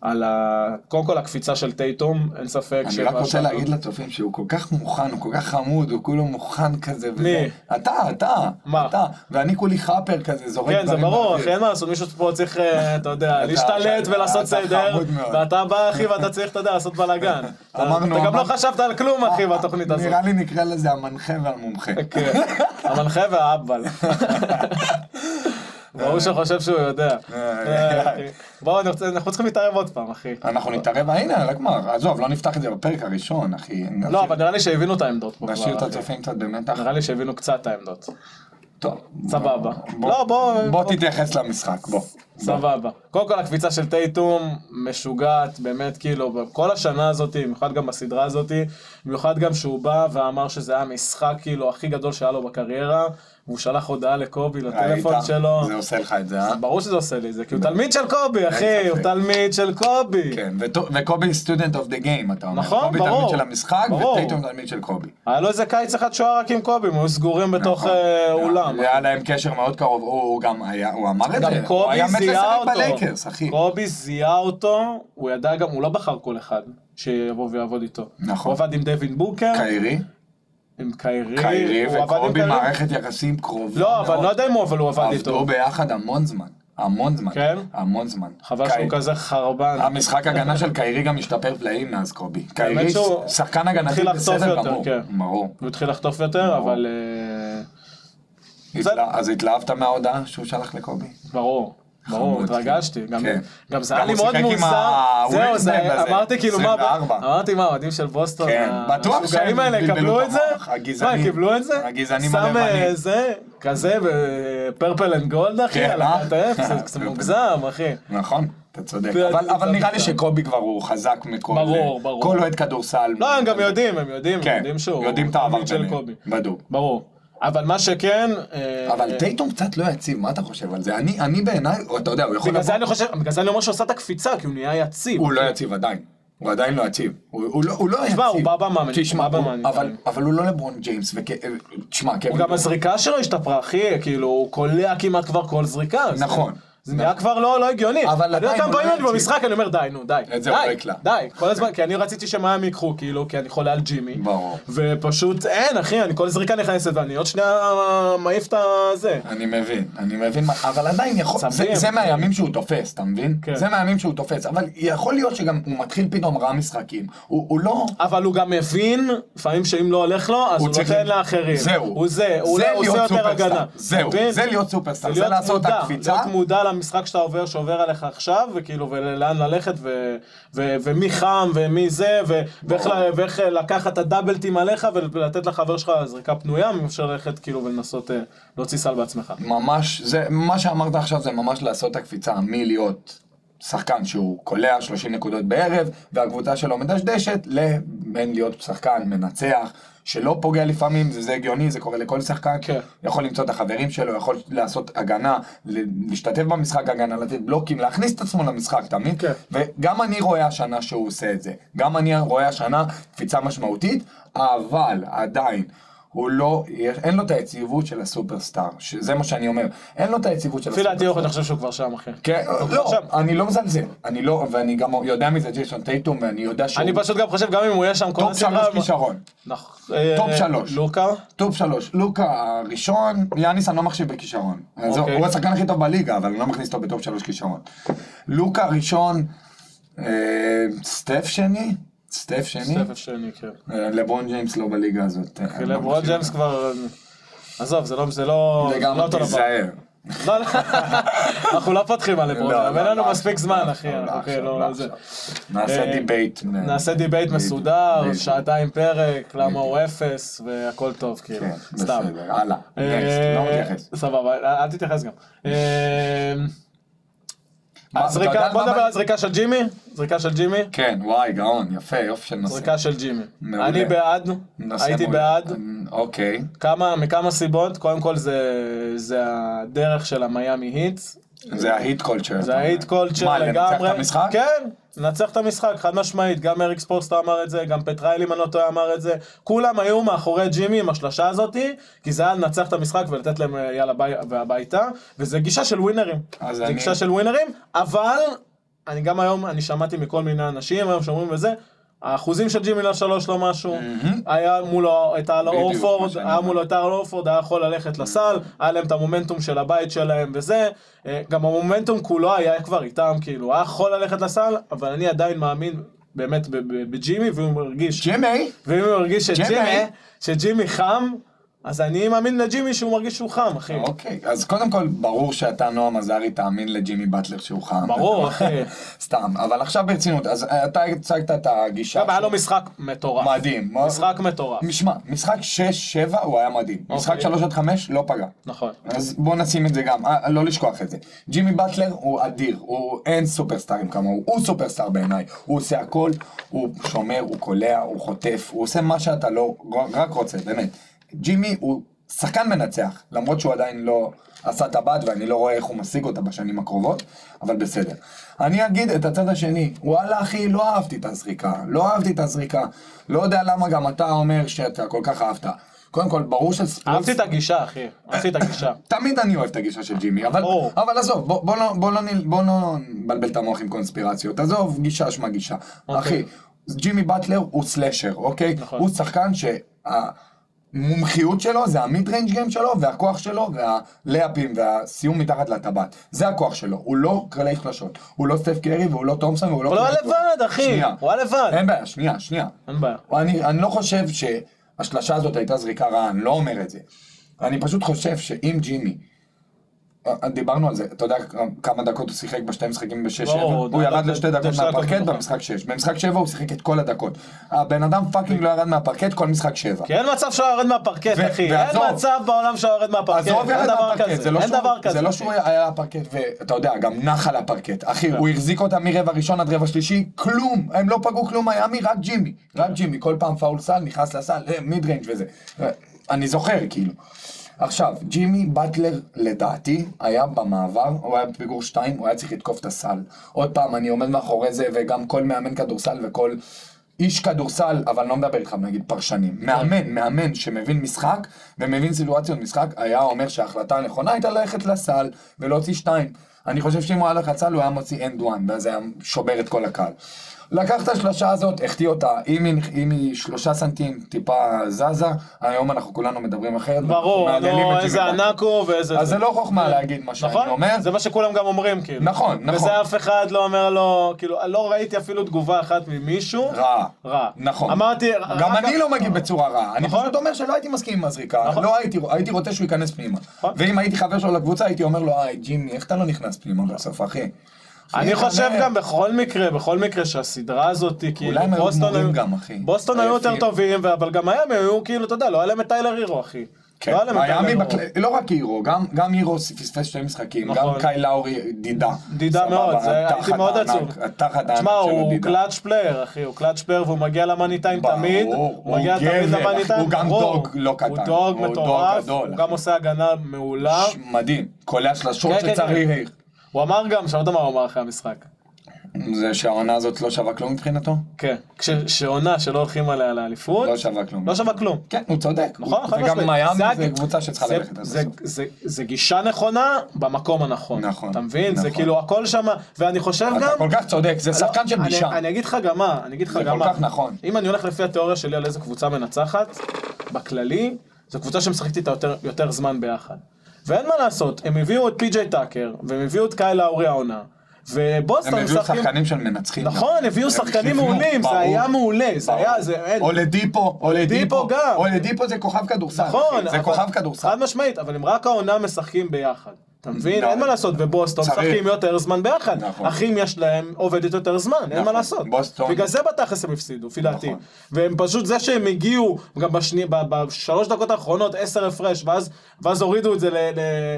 על ה... קודם כל הקפיצה של טייטום, אין ספק. אני שמה רק רוצה שם- להגיד לצופים שהוא כל כך מוכן, הוא כל כך חמוד, הוא כולו מוכן כזה. וזה. מי? אתה, אתה. מה? אתה. ואני כולי חאפר כזה, זורק כן, זה דברים ברור, באוויר. אחי, אין מה לעשות, מישהו פה צריך, אה, אתה יודע, אתה- להשתלט אתה- ולעשות אתה סדר, חמוד מאוד. ואתה בא, אחי, ואתה צריך, אתה יודע, לעשות בלאגן. אמרנו, אתה גם לא אמרנו- חשבת על כלום, אחי, אה, בתוכנית הזאת. נראה לי נקרא לזה המנחה והמומחה. כן, המנחה והאבל. ברור שחושב שהוא יודע. אה, אחי. בואו, אני רוצה- אנחנו צריכים להתערב עוד פעם, אחי. אנחנו נתערב, הנה, רק מה, עזוב, לא נפתח את זה בפרק הראשון, אחי. לא, אבל נראה לי שהבינו את העמדות פה נשאיר את כבר, אחי. הצופים לא. קצת במתח. נראה לי שהבינו קצת את העמדות. טוב. סבבה. בוא- לא, בוא- בוא תתייחס למשחק, בוא. סבבה. קודם כל הקפיצה של טייטום משוגעת, באמת, כאילו, כל השנה הזאת, במיוחד גם בסדרה הזאת, במיוחד גם שהוא בא ואמר שזה היה המשחק, כאילו, הכי גדול שהיה לו בקריירה, והוא שלח הודעה לקובי, לטלפון ראית? שלו. זה עושה לך את זה, אה? ברור שזה עושה לי את זה, כי הוא תלמיד של קובי, אחי, ספק. הוא תלמיד של קובי. כן, וטו- וקובי סטודנט אוף דה גיים, אתה אומר. נכון, קובי ברור. תלמיד של המשחק, ברור. וטייטום תלמיד של קובי. היה לו איזה קיץ אחד שהוא היה רק עם קובי, הם היו סגורים בתוך אה, אולם. נכון. היה להם קשר מאוד קרוב, הוא הוא גם היה, הוא אמר את גם זה. הוא קובי היה מת זיהה לשחק אותו. בלייקרס, אחי. קובי זיהה אותו, הוא ידע גם, הוא לא בחר כל אחד שיבוא ויעבוד איתו. נכון. הוא עבד עם דווין בוקר, קיירי, עם קיירי. קיירי הוא עבד עם וקובי קיירי. מערכת יחסים קרובה לא, אבל מאוד. לא יודע אם הוא, אבל הוא עבד עבדו איתו. ביחד המון זמן, המון זמן. כן? המון זמן. חבל קיירי. שהוא כזה חרבן. המשחק הגנה של קיירי גם השתפר פלאים מאז קובי. קיירי שהוא שחקן הגנתי התחיל לחטוף בסדר יותר, גמור. כן. ברור. הוא התחיל לחטוף יותר, ברור. אבל... אה, התלה- אז התלהבת מההודעה שהוא שלח לקובי? ברור. ברור, חמוד, התרגשתי, גם- כן. גם זה גם היה לי הוא מאוד שיחק עם מוזר, הווילסבן זהו, זה היה- הזה, אמרתי כאילו מה, 24. אמרתי מה, האוהדים של בוסטון, כן, בטוח המשוגעים שהם האלה בלבלו יקבלו את את זה, המוח, הגזענים. מה, קיבלו את זה, הגזענים שם הלבנים. אה, זה, כזה, פרפל אנד גולד אחי, כן, על אה? הכתף, זה קצת מוגזם אחי, נכון, אתה צודק. זה- אבל- זה- אבל זה- נראה זה- לי שקובי כבר הוא חזק מכל... ברור, ברור. כל אוהד כדורסל. לא, הם גם יודעים, הם יודעים, הם כן, יודעים שהוא, יודעים את העבר תלמיד של קובי, בדוק. ברור, אבל מה שכן, אה, אבל טייטום קצת לא יציב, מה אתה חושב על זה? אני אני בעיניי, אתה יודע, הוא יכול... בגלל זה לבוא- אני חושב, בגלל זה אני אומר שהוא עשה את הקפיצה, כי הוא נהיה יציב, הוא לא יציב עדיין. הוא עדיין לא יציב. הוא- הוא לא- הוא לא יציב. תשמע, הוא בא במאמן, תשמע, הוא בא הוא- במאמן, אבל- כן. אבל הוא לא לברון ג'יימס. וכ- תשמע, הוא קווין גם הזריקה שלו השתפרה, אחי, כאילו, הוא קולע כמעט כבר כל זריקה. אז נכון. זה נהיה כבר לא לא הגיוני. אבל אני יודע עדיין כמה הוא פעמים לא אני יציב. במשחק, אני אומר, די, נו, די. את זה הוא די, לא יקלע. די, כל הזמן, כי אני רציתי שמיאמי ייקחו, כאילו, כי אני חולה על ג'ימי. ברור. ופשוט אין, אחי, אני כל זריקה נכנסת, ואני עוד שנייה מעיף את הזה. אני מבין, אני מבין, מה- אבל עדיין יכול, זה, צמאים. זה מהימים שהוא תופס, אתה מבין? כן. זה מהימים שהוא תופס, אבל יכול להיות שגם הוא מתחיל פתאום רע משחקים, הוא, הוא לא... אבל הוא גם מבין, לפעמים שאם לא הולך לו, אז הוא צריך- נותן לאחרים. זהו. הוא זה, הוא זה לא- הוא עושה להיות יותר סופרסטאר. הגנה. זהו, מבין? זה להיות סופרסטאר, זה להיות לעשות את מודע, הקפיצה. להיות מודע למשחק שאתה עובר, שעובר עליך עכשיו, וכאילו, ולאן ללכת, ו, ו, ומי חם, ומי זה, ו, ואיך, ל, ואיך אה, לקחת את הדאבלטים עליך, ול- ולתת לחבר שלך זריקה פנויה, אם אפשר ללכת כאילו ולנסות אה, להוציא סל בעצמך. ממש, זה, מה שאמרת עכשיו זה ממש לעשות את הקפיצה מלהיות שחקן שהוא קולע 30 נקודות בערב, והקבוצה שלו מדשדשת, לבין להיות שחקן מנצח, שלא פוגע לפעמים, זה, זה הגיוני, זה קורה לכל שחקן, כן. יכול למצוא את החברים שלו, יכול לעשות הגנה, ל- להשתתף במשחק הגנה, לתת בלוקים, להכניס את עצמו למשחק, אתה מבין? כן. וגם אני רואה השנה שהוא עושה את זה, גם אני רואה השנה קפיצה משמעותית, אבל עדיין. הוא לא, יש- אין לו את היציבות של הסופרסטאר, שזה מה שאני אומר, אין לו את היציבות של לפי הסופרסטאר. דעתי, אני חושב שהוא כבר שם, אחי. כן, כבר לא, שם. אני לא מזלזל, אני לא, ואני גם יודע מזה ג'ייסון טייטום, ואני יודע שהוא אני פשוט גם חושב, גם אם הוא יהיה שם כל טופ שלוש כישרון, נכון. אה, טופ שלוש. Mm. לוקה? טופ שלוש, לוקה הראשון, יאניס אני לא מחשיב בכישרון, אז אוקיי. הוא השחקן הכי טוב בליגה, אבל אני לא מכניס אותו בטופ שלוש כישרון, לוקה ראשון, אה, סטף שני, סטף שני, סבב שני, כן. אה, לברון ג'יימס לא בליגה הזאת, אני לא אוקיי, לברון מחשיב. ג'יימס כבר... עזוב, זה לא, זה לא, זה זה גם לא אותו דבר. תיזהר. לא, לא, אנחנו לא פותחים על לברון, לא, אבל לא, אין לנו לא, מספיק לא, זמן, לא, אחי. לא, אנחנו לא, כאילו, לא, זה. לא. נעשה אה, דיבייט. נעשה דיבייט בדיוק, מסודר, בדיוק. שעתיים פרק, למה הוא אפס, והכל טוב, כאילו, כן, סתם. בסדר, הלאה. נקסט, אה, לא מתייחס. סבבה, אל- אל תתייחס גם. אה, מה, הזריקה- אתה יודע בוא מה- נדבר על זריקה של ג'ימי, זריקה של ג'ימי, כן, וואי, גאון, יפה, יופי של נושא. זריקה של ג'ימי. מעולה. אני בעד, נושא הייתי מעולה. בעד, אמ, אוקיי. כמה, מכמה סיבות, קודם כל זה זה הדרך של המיאמי היטס, זה ההיט קולצ'ר. זה ההיט קולצ'ר מה, לגמרי. לנצח את המשחק? כן, לנצח את המשחק, חד משמעית. גם אריק ספורסטר אמר את זה, גם פטרייל, אם אני לא טועה, אמר את זה. כולם היו מאחורי ג'ימי עם השלשה הזאתי, כי זה היה לנצח את המשחק ולתת להם אה, יאללה ביי והביתה, וזה גישה של ווינרים. אז זה אני- גישה של ווינרים, אבל אני גם היום, אני שמעתי מכל מיני אנשים היום שאומרים וזה. האחוזים של ג'ימי לשלוש לא משהו, היה מולו את האל בדיוק, מה אורפורד, שאני היה אומר. מולו את הארל אורפורד, היה יכול ללכת לסל, היה להם את המומנטום של הבית שלהם וזה. אה, גם המומנטום כולו היה כבר איתם, כאילו, היה יכול ללכת לסל, אבל אני עדיין מאמין באמת ב- ב- בג'ימי, והוא מרגיש, ג'ימי? ואם הוא מרגיש שג'ימי, ג'ימי? שג'ימי חם, אז אני מאמין לג'ימי שהוא מרגיש שהוא חם, אחי. אוקיי, אז קודם כל, ברור שאתה, נועם עזרי, תאמין לג'ימי באטלר שהוא חם. ברור, אחי. סתם, אבל עכשיו ברצינות, אז אה, אתה הצגת את הגישה. גם היה לו שלו. משחק מטורף. מדהים. משחק מטורף. משמע, משחק 6-7 הוא היה מדהים. אוקיי. משחק 3 עד 5 לא פגע. נכון. אז בוא נשים את זה גם, אה, לא לשכוח את זה. ג'ימי באטלר הוא אדיר, הוא אין סופרסטארים כמוהו, הוא סופרסטאר בעיניי. הוא עושה הכל, הוא שומר, הוא קולע, הוא חוטף, הוא עושה מה שאתה לא, רק רוצה, באמת. ג'ימי הוא שחקן מנצח, למרות שהוא עדיין לא עשה טבעת ואני לא רואה איך הוא משיג אותה בשנים הקרובות, אבל בסדר. אני אגיד את הצד השני, וואלה אחי, לא אהבתי את הזריקה, לא אהבתי את הזריקה, לא יודע למה גם אתה אומר שאתה כל כך אהבת. קודם כל, ברור שספורט... אהבתי את הגישה, אחי. אהבתי את הגישה. תמיד אני אוהב את הגישה של ג'ימי, אבל, ברור. אבל עזוב, בוא, בוא, לא, בוא, לא, נל- בוא לא נבלבל את המוח עם קונספירציות, עזוב, גישה שמה גישה. אוקיי. אחי, ג'ימי באטלר הוא סלאשר, אוקיי? נכון. הוא שחקן שהמומחיות שלו זה המיד ריינג' גיים שלו, והכוח שלו, והלאפים, והסיום מתחת לטבעת. זה הכוח שלו, הוא לא קרלי חלשות, הוא לא סטף קרי, והוא לא תומסון, והוא לא... אבל הוא היה קלעי טוב. לבד, אחי. שנייה. הוא היה לבד. אין בעיה, שנייה, שנייה. אין בעיה. אני, אני לא חושב שהשלשה הזאת הייתה זריקה רעה, אני לא אומר את זה. אני פשוט חושב שאם ג'ימי, אה, דיברנו על זה, אתה יודע כמה דקות הוא שיחק בשתי משחקים בשש שבע, ברור, הוא ד- ירד ד- לשתי ד- דקות שתי דקות, מהפרקט נכון. במשחק שש, במשחק שבע הוא שיחק את כל הדקות. הבן אדם פאקינג לא ירד מהפרקט כל משחק שבע. כי אין מצב שהוא היה יורד מהפרקט, ו- אחי. אין ועזוב. מצב בעולם שהוא היה יורד מהפרקט. עזוב כן, אין ירד דבר מהפרקט, כזה. זה לא אין שהוא- דבר כזה. זה לא שהוא היה על הפרקט, ואתה יודע, גם נח על הפרקט. אחי, כן. הוא החזיק אותם מרבע ראשון עד רבע שלישי, כלום, הם לא פגעו כלום, מיאמי, רק ג'ימי. רק ג'ימי, כל פעם פאול סל, נכנס לסל, אה, מיד ריינג' וזה. אה, אני זוכר, כאילו. עכשיו, ג'ימי באטלר, לדעתי, היה במעבר, הוא היה בפיגור 2, הוא היה צריך לתקוף את הסל. עוד פעם, אני עומד מאחורי זה, וגם כל מאמן כדורסל וכל... איש כדורסל, אבל לא מדבר איתך, נגיד פרשנים. מאמן, מאמן שמבין משחק ומבין סיטואציות משחק, היה אומר שההחלטה הנכונה הייתה ללכת לסל ולהוציא שתיים. אני חושב שאם הוא היה הולך לסל, הוא היה מוציא end one, ואז היה שובר את כל הקהל. לקח את השלושה הזאת, החטיא אותה, אם היא, אם היא שלושה סנטים טיפה זזה, היום אנחנו כולנו מדברים אחרת. ברור, אנחנו מהללים נו, את איזה ג'ימי באטלר. ענק הוא ואיזה... אז זה לא חוכמה להגיד מה שאני נכון? אומר. זה מה שכולם גם אומרים, כאילו. נכון, נכון. וזה אף אחד לא אומר לו, כאילו, לא ראיתי אפילו תגובה אחת ממישהו. רע. רע. נכון. אמרתי... גם רק- אני לא מגיב בצורה רעה, אני נכון. פשוט אומר שלא הייתי מסכים עם הזריקה, נכון. לא הייתי, הייתי רוצה שהוא ייכנס פנימה. נכון. ואם הייתי חבר שלו לקבוצה הייתי אומר לו, היי ג'ימי, איך אתה לא נכנס פנימה בסוף אחי? אני אחי, חושב אתה- לא- גם בכל מקרה, בכל מקרה שהסדרה הזאת, היא כאילו, אולי הם היו בוסטון גמורים גם, אחי. בוסטון היו יותר עייפים. טובים, ו- אבל גם מיאמי היו כאילו, אתה יודע, לא היה להם את טיילר הירו, אחי. כן, לא היה להם את מיאמי, טיילר הירו. בכל- לא רק הירו, גם- גם הירו פספס שני משחקים, גם נכון. קאי לאורי דידה. דידה סבבה, מאוד, זה- התחת הייתי מאוד הענק, עצוב. התחת הענק תשמע, שלו הוא דידה. קלאץ' פלייר, אחי, הוא קלאץ' פלייר והוא מגיע למאני טיים ברור, תמיד. הוא מגיע תמיד גבר, למאני אחי, טיים, הוא גם ברור. דוג לא הוא קטן, דוג הוא דוג מטורף, גדול, הוא גם אחי. עושה הגנה מעולה. ש- מדהים, קולע שלשות כן, כן, כן. שצריך. הוא אמר גם, שמעת מה הוא אמר אחרי המשחק. זה שהעונה הזאת לא שווה כלום מבחינתו? כן, כש- שעונה שלא הולכים עליה לאליפות, לא שווה כלום. לא שווה כלום. כן, הוא צודק. נכון, הוא- חד משמעית. וגם מיאמי הג- זה קבוצה שצריכה זה- ללכת עד זה- הסוף. זה- זה גישה נכונה במקום הנכון. נכון, אתה מבין? זה נכון. כאילו הכל שמה, ואני חושב אתה גם... כל כך צודק, זה שחקן של אני- גישה. אני אגיד לך גם מה, אני אגיד לך זה גם כל מה. כך נכון. אם אני הולך לפי התיאוריה שלי על איזה קבוצה מנצחת, בכללי, זו קבוצה שמשחקת איתה יותר- יותר זמן ביחד. ואין מה לעשות, הם הביאו את פי.ג'יי טאקר, והם הביאו את קייל האורי העונה, הם ובוסטון הביאו שחקנים של מנצחים. נכון, הביאו הם שחקנים חיפנו, מעולים, זה ברור, היה מעולה, זה ברור. היה, זה... אין- או לדיפו, או לדיפו גם. או לדיפו זה כוכב כדורסל. נכון, אחי, זה אבל- כוכב כדורסל. חד משמעית, אבל הם רק העונה משחקים ביחד. אתה מבין? לא. אין מה לעשות, ובוסטון צריך. משחקים יותר זמן ביחד. נכון. אחים יש להם עובדת יותר זמן, אין מה נכון. לעשות. בוסטון- בגלל זה בתכלס הם הפסידו, לפי דעתי. נכון. והם פשוט, זה שהם הגיעו, גם בשני- ב- בשלוש דקות האחרונות, עשר הפרש, ואז- ואז הורידו את זה ל- ל-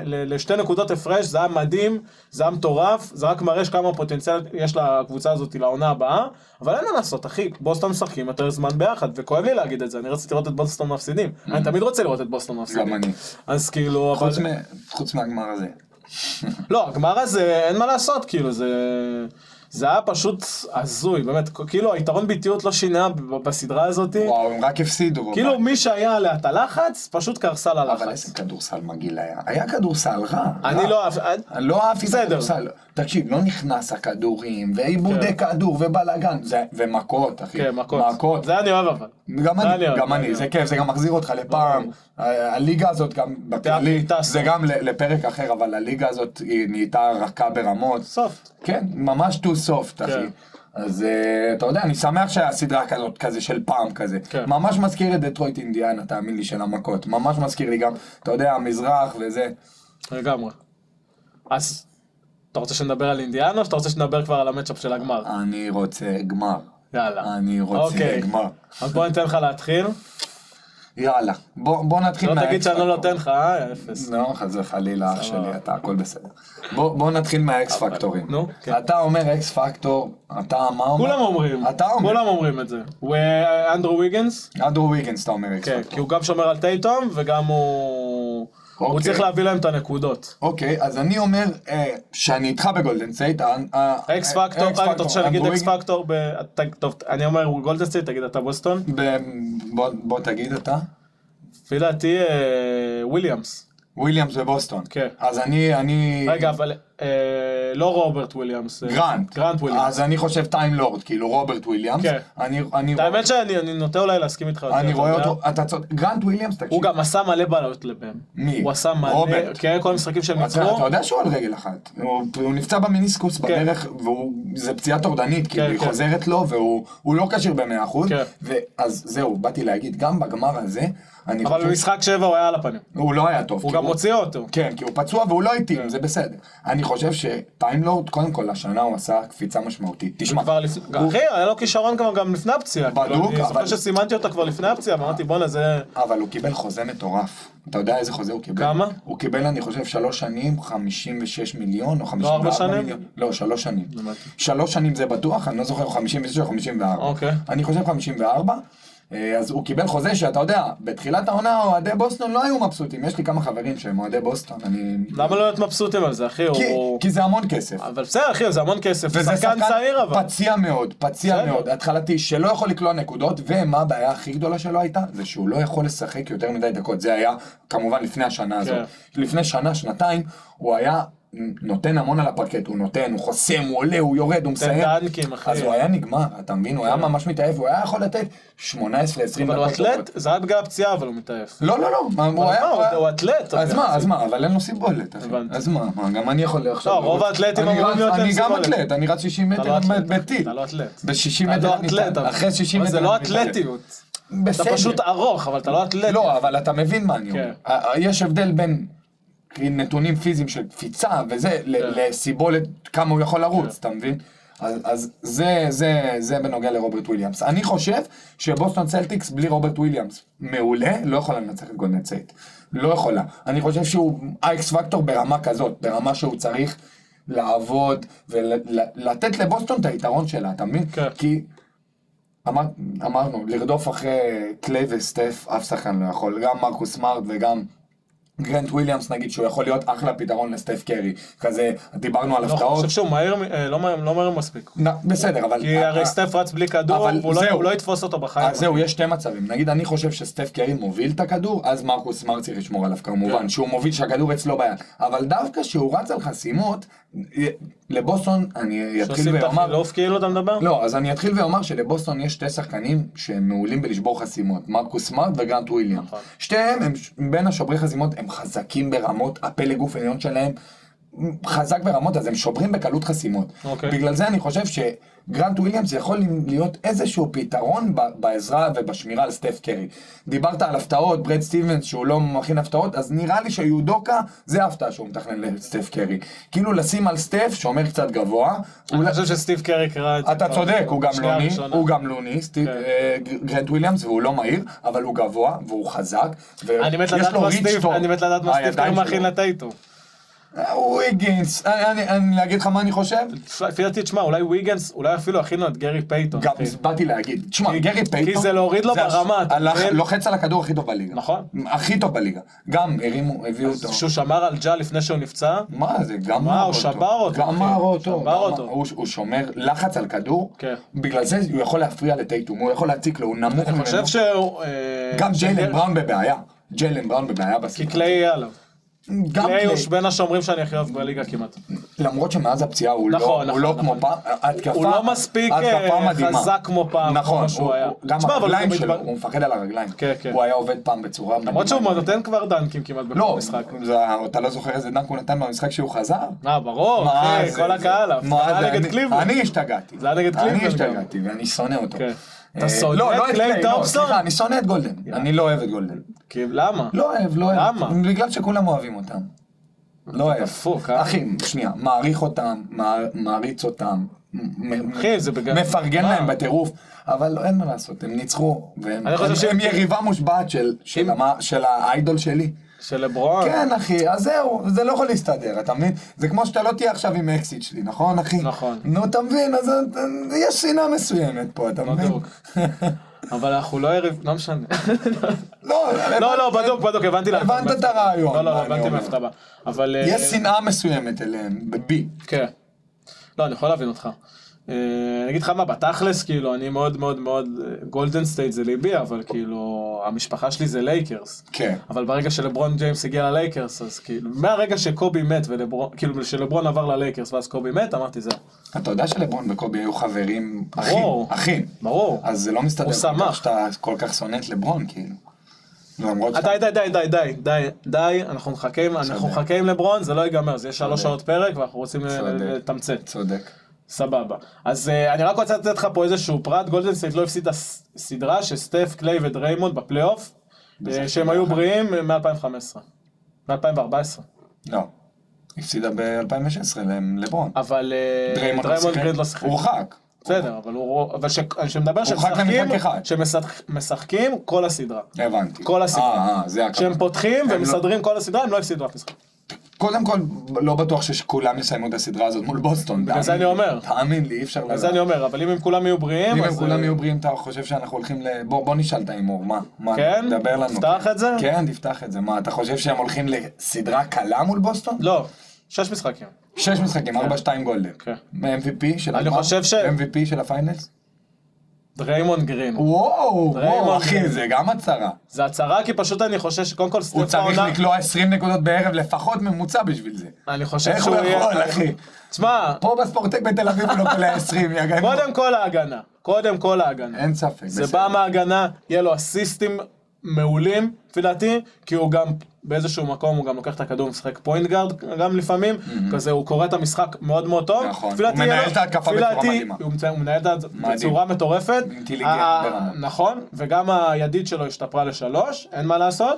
ל- לשתי נקודות הפרש, זה היה מדהים, זה היה מטורף, זה רק מראה שכמה פוטנציאל יש לקבוצה הזאת לעונה הבאה, אבל אין מה לעשות, אחי, בוסטון משחקים יותר זמן ביחד, וכואב לי להגיד את זה, אני רציתי לראות את בוסטון מפסידים. אני תמיד רוצה לראות את בוסטון מפסידים. Mm-hmm. גם אני. אז כאילו, אבל... חוץ מ- חוץ מהגמר הזה. לא, הגמר הזה, אין מה לעשות, כאילו, זה... זה היה פשוט הזוי, באמת, כאילו היתרון ביטיות לא שינה ב- בסדרה הזאת. וואו, הם רק הפסידו. כאילו אבל- מי שהיה עליה את הלחץ, פשוט קרסה אבל אה, ללחץ. איזה כדורסל מגעיל היה. היה כדורסל רע. אני רע. לא אהב... אני לא אהבתי את בסדר. הכדורסל. תקשיב, לא נכנס הכדורים, ועיבודי כן. כדור, ובלאגן, זה- ומכות, אחי. כן, מכות. אה, מכות. זה אני אוהב אבל. גם זה אני, אוהב, גם זה אני, אוהב. זה כיף, זה גם מחזיר אותך לפעם. ה- הליגה הזאת גם בכללי, טסנו. זה גם ל- לפרק אחר, אבל הליגה הזאת היא נהייתה רכה ברמות. סוף. כן, ממש too soft, אחי. אז אה, אתה יודע, אני שמח שהיה סדרה כזאת, כזה של פעם כזה. כן. ממש מזכיר את דטרויט אינדיאנה, תאמין לי, של המכות. ממש מזכיר לי גם, אתה יודע, המזרח וזה. לגמרי. אז, אתה רוצה שנדבר על אינדיאנה, או שאתה רוצה שנדבר כבר על המצ'אפ של הגמר? אני רוצה גמר. יאללה. אני רוצה אוקיי. גמר. אז בוא ניתן לך להתחיל. יאללה, בוא בוא נתחיל לא מהאקס תגיד שאני לא פקטור. נותן לך, אה? אפס. לא, חס וחלילה, אח סבבה. שלי, אתה הכל בסדר. בוא בוא נתחיל מהאקס פקטורים. נו, כן. אתה אומר אקס פקטור, אתה מה אומר? כולם אומרים, אתה אומר. כולם אומרים את זה. הוא אה, אנדרו ויגינס, אנדרו ויגנס אתה אומר אקס כן, פקטור. כי הוא גם שומר על טייטום וגם הוא... הוא אוקיי. צריך להביא להם את הנקודות. אוקיי, אז אני אומר אה, שאני איתך בגולדן סטייט. אה, אה, אקס פקטור, אה, אתה רוצה שנגיד אנדרו אקס ויגנס- פקטור, ב- אתה- טוב, אני אומר גולדסטייט, תגיד אתה בוסטון. ב- בוא- בוא תגיד אתה. לפי דעתי אה, וויליאמס. וויליאמס ובוסטון. כן. אז אני, אני... רגע, אבל אה, לא רוברט וויליאמס. אה, גרנט. גרנט וויליאמס. אז אני חושב טיים לורד, כאילו רוברט וויליאמס. כן. אני, אני, את רואה, האמת שאני אני נוטה אולי להסכים איתך. יותר, אני אתה רואה יודע? אותו, אתה צודק, גרנט וויליאמס, תקשיב. הוא גם עשה מלא בעלות לבן. מי? הוא עשה מלא, רוברט. כן, כל המשחקים שהם אתה, אתה ניצחו. יודע שהוא על רגל אחת, הוא, הוא נפצע במיניסקוס בדרך, וזה פציעה טורדנית, כאילו היא כן. חוזרת לו, והוא הוא לא כשיר במאה אחוז, כן. אז זהו, באתי להגיד, גם בגמר הזה, אני אבל חושב, במשחק שבע הוא היה על הפנים. הוא לא היה טוב, הוא כי גם כן. הוציא אותו. כן, כי הוא פצוע והוא לא התאים, זה בסדר. אני חושב שטיימלורד, קודם כל, השנה הוא עשה קפיצה משמעותית. תשמע, כבר לפני, הוא- אחי, היה לו כישרון כבר גם לפני הפציעה. בדוק, כאילו, אני זוכר אבל- שסימנתי אותו כבר לפני הפציעה, ואמרתי בואנה זה... אבל הוא קיבל חוזה מטורף. אתה יודע איזה חוזה הוא קיבל? כמה? הוא קיבל, אני חושב, שלוש שנים, 56 מיליון או 54 ארבע שנים? מיליון. לא, שלוש שנים. הבנתי. שלוש שנים זה בטוח, אני לא זוכר, 56 או 54. אוקיי. אני חושב 54. אה, אז הוא קיבל חוזה שאתה יודע, בתחילת העונה אוהדי בוסטון לא היו מבסוטים. יש לי כמה חברים שהם אוהדי בוסטון, אני... למה לא להיות מבסוטים על זה, אחי? כי, הוא... כי זה המון כסף. אבל בסדר, אחי, זה המון כסף. וזה שחקן צעיר אבל. פציע מאוד, פציע בסדר. מאוד, התחלתי, שלא יכול לקלוע נקודות, ומה הבעיה הכי גדולה שלו הייתה? זה שהוא לא יכול לשחק יותר מדי דקות. זה היה כמובן לפני השנה הזאת. כן. לפני שנה, שנתיים, הוא היה נותן המון על הפרקט, הוא נותן, הוא חוסם, הוא עולה, הוא יורד, הוא זה מסיים. דנקים, אחי. אז הוא היה נגמר, אתה מבין? הוא היה ממש מתאהב, הוא היה יכול לתת 18-20 כן. אבל הוא דקות. אתלט, טובות. זה רק בגלל הפציעה, אבל הוא מתעייף. לא, לא, לא, מה, הוא אבל היה... מה, הוא- הוא אתלט. אז אבל- מה, אז מה, אבל אין לו סיבולת, אחי. הבנתי. אז מה, מה, גם אני יכול עכשיו... לא, רוב לרוץ. האתלטים אני אמורים רץ- להיות להם אני סיבולת. גם אתלט, אני רץ 60 אתה לא מטר אתלט. בטיל. אתה לא אתלט. ב-60 אתה מטר לא אני אתלט. מתעייף. אבל- אחרי 60 אבל מטר זה לא אני מתעייף. אתלטיות. אתה בסדר. פשוט ארוך, אבל אתה לא אתלט. לא, אבל אתה מבין מה אני כן. אומר. ה- ה- יש הבדל בין נתונים פיזיים של קפיצה וזה, ל- כן. לסיבולת כמה הוא יכול לרוץ, אתה מבין? אז- אז זה, זה, זה בנוגע לרוברט וויליאמס. אני חושב שבוסטון צלטיקס בלי רוברט וויליאמס מעולה, לא יכולה לנצח את גולדן סטייט. לא יכולה. אני חושב שהוא האקס פקטור ברמה כזאת, ברמה שהוא צריך לעבוד ולתת לבוסטון את היתרון שלה, אתה מבין? כן. כי אמר, אמרנו, לרדוף אחרי קליי וסטף, אף שחקן לא יכול, גם מרקוס סמארט וגם גרנט וויליאמס נגיד, שהוא יכול להיות אחלה פתרון לסטף קרי, כזה, דיברנו על לא, אני הפתעות, חושב שהוא מהיר, מ- אה, לא מהיר- לא מהיר מספיק. נ- בסדר, אבל... כי אה, הרי אה, סטף רץ בלי כדור, אבל והוא לא- זהו. הוא לא יתפוס אותו בחיים. אז זהו, יש שתי מצבים. נגיד, אני חושב שסטף קרי מוביל את הכדור, אז מרקוס סמארט צריך לשמור עליו כן. כמובן, שהוא מוביל שהכדור אצלו ביד. אבל דווקא כשהוא רץ על חסימות, לבוסטון, אני אתחיל שעושים את ואומר, החילוף כאילו, אתה מדבר? לא, אז אני אתחיל ואומר שלבוסטון יש שתי שחקנים שהם מעולים בלשבור חסימות, מרקוס סמארט וגרנט וויליאם. נכון. שתיהם, הם, ש- בין השוברי חסימות, הם חזקים ברמות, הפלא גוף עליון שלהם חזק ברמות, אז הם שוברים בקלות חסימות. אוקיי. בגלל זה אני חושב שגרנט וויליאמס יכול להיות איזשהו פתרון ב- בעזרה ובשמירה על סטף קרי. דיברת על הפתעות, ברד סטיבנס שהוא לא מכין הפתעות, אז נראה לי שיודוקה זה ההפתעה שהוא מתכנן לסטף קרי. כאילו לשים על סטף שומר קצת גבוה, לא- אני אולי- חושב שסטיב קרי קרא את זה. אתה כבר. צודק, הוא גם לא, שנייה לוני, ראשונה. כן. הוא גם לוני, סטיב- אה, גרנט וויליאמס, והוא לא מהיר, אבל הוא גבוה, והוא חזק, אני מת לדעת מה סטיב, אני מת לדעת מה אה, סטיב קרי מכין לטייטו. הוא היגינס, אני- אני- אני אגיד לך מה אני חושב? לפי דעתי, תשמע, אולי וויגנס, אולי אפילו הכינו את גרי פייתון. גם אחי. באתי להגיד, תשמע, גרי פייטון, כן. כי זה להוריד לו זה ברמה, אתה הלך- מבין? לוחץ על הכדור הכי טוב בליגה. נכון. הכי טוב בליגה. גם הרימו, הביאו אותו. שהוא שמר על ג'ה לפני שהוא נפצע, מה זה, גמר מה, הוא אותו. שבר אותו, גמר אחי. אותו. שבר גמר- אותו. הוא- הוא שומר לחץ על כדור, כן. בגלל זה הוא יכול להפריע לטייטום, הוא יכול להציק לו, הוא נמוך ממנו. אני חושב שהוא... אה, כן. גם שגר- ג'יילן בראון בבעיה. ג'יילן בראון בבעיה כי בסיפור. קליי יהיה עליו. גם קליוש קליי, בין השומרים שאני הכי אוהב בליגה כמעט. למרות שמאז הפציעה הוא לא- נכון, הוא לא נכון, כמו נכון. פעם, התקפה, הוא לא מספיק, התקפה אה, מדהימה. חזק כמו פעם, נכון, כמו שהוא הוא- היה. הוא- גם תשמע, אבל הרגליים הוא- שלו, הוא מפחד על הרגליים. כן, כן. הוא היה עובד פעם בצורה מדהימה. למרות שהוא נותן כבר דנקים כמעט בכל לא, משחק. זה- אתה לא זוכר איזה דנק הוא נתן במשחק שהוא חזר? אה, ברור, מה אחי, זה, כל זה- הקהל, מה הפתעה זה, נגד אני- קליבלנד. אני השתגעתי. זה היה נגד קליבלנד אני גם. השתגעתי ואני שונא אותו. כן. אתה אה, שונא לא, לא את את קליי קליי, לא, תומפסון? סליחה, אני שונא את גולדן. אני לא אוהב את גולדן. כי למה? לא אוהב, לא אוהב. למה? בגלל שכולם אוהבים אותם. לא אוהב. דפוק, אה? אחי, שנייה, מעריך אותם, מע- מעריץ אותם. מ- מ- אחי, זה בגלל- מפרגן מה? להם בטירוף, אבל לא, אין מה לעשות, הם ניצחו, והם אני חושב הם- ש- הם יריבה מושבעת של- של המה- של האיידול שלי. של לברון? כן, אחי, אז זהו, זה לא יכול להסתדר, אתה מבין? זה כמו שאתה לא תהיה עכשיו עם אקסיט שלי, נכון, אחי? נכון. נו, אתה מבין, אז אה, יש שנאה מסוימת פה, אתה מבין? בדוק. לא אבל אנחנו לא יריב, לא משנה. לא, לא, לא, הבנתי- בדוק, בדוק, הבנתי לאן אתה הבנת בא. את הרעיון, לא, לא, מה לא, אני הבנתי אומר. מאיפה אתה בא. אבל... אה, יש שנאה מסוימת אליהם, בי. כן. לא, אני יכול להבין אותך. אה, אני אגיד לך מה, בתכלס, כאילו, אני מאוד מאוד מאוד, גולדן סטייט זה ליבי, אבל כאילו, המשפחה שלי זה לייקרס. כן. אבל ברגע שלברון ג'יימס הגיע ללייקרס, אז כאילו, מהרגע שקובי מת ולברון, כאילו, שלברון עבר ללייקרס ואז קובי מת, אמרתי זהו. אתה יודע שלברון וקובי היו חברים אחים, ברור. אחים. ברור. אז זה לא מסתדר הוא כל שמח. כך שאתה כל כך שונא את לברון, כאילו. למרות שאתה... אה, די, די, די, די, די, די, די, אנחנו מחכים, אנחנו צודק. מחכים לברון, זה לא ייגמר, זה יהיה שלוש צודק. שעות פרק ואנחנו רוצים ל- צודק. לתמצת. צודק. סבבה. אז אה, אני רק רוצה לתת לך פה איזשהו פרט, גולדנסטייט לא הפסידה ס- סדרה שסטף, קליי ודריימונד בפלייאוף, אה, שהם היו בריאים מ-2015. מ-2014. לא. הפסידה ב-2016 לברון. אבל אה, דריימונד לא דריימונד שיחק. גרין לא שיחק. הורחק. בסדר, אבל הוא... אבל ש- שמדבר שהם הורחק משחקים, למשחק אחד. שמשחקים כל הסדרה. הבנתי. כל הסדרה. אה, אה, זה הכ... כשהם פותחים הם לא- ומסדרים כל הסדרה, הם לא הפסידו אף משחק. קודם כל, לא בטוח שכולם יסיימו את הסדרה הזאת מול בוסטון. בגלל זה תאמין אני לי. אומר. תאמין לי, אי אפשר לדעת. אז זה אני אומר, אבל אם הם כולם יהיו בריאים, אם אז... הם כולם אה, יהיו בריאים, אתה חושב שאנחנו הולכים ל... בוא, בוא נשאל את ההימור, מה? מה? כן? דבר לנו. תפתח את זה? כן, תפתח את זה. מה, אתה חושב שהם הולכים לסדרה קלה מול בוסטון? לא, שש משחקים. שש משחקים, ארבע, שתיים גולדן. לא. כן. MVP של אני הגמר? חושב ש- MVP של הפיינלס? דריימון גרין. וואו, דריימונד וואו, אחי, גרין. זה גם הצהרה. זה הצהרה כי פשוט אני חושש שקודם כל סטף הוא צריך העונה- לקלוע 20 נקודות בערב לפחות ממוצע בשביל זה. אני חושב איך שהוא הוא יהיה... יכול, אחי? תשמע, פה בספורטק בתל אביב הוא לא קולע 20, יא גנוב. קודם כל ההגנה. קודם כל ההגנה. אין ספק, זה בסדר. בא מההגנה, יהיה לו אסיסטים מעולים, לפי דעתי, כי הוא גם באיזשהו מקום, הוא גם לוקח את הכדור, משחק פוינט גארד גם לפעמים, כזה הוא קורא את המשחק מאוד מאוד טוב. נכון. לפי דעתי הוא יהיה מנהל לו- את ההתקפה לפי בצורה דעתי, מדהימה. הוא מצ- הוא מנהל את ההת- בצורה מטורפת. אינטליגנט ה- ברמות. נכון, וגם הידית שלו השתפרה לשלוש, אין מה לעשות.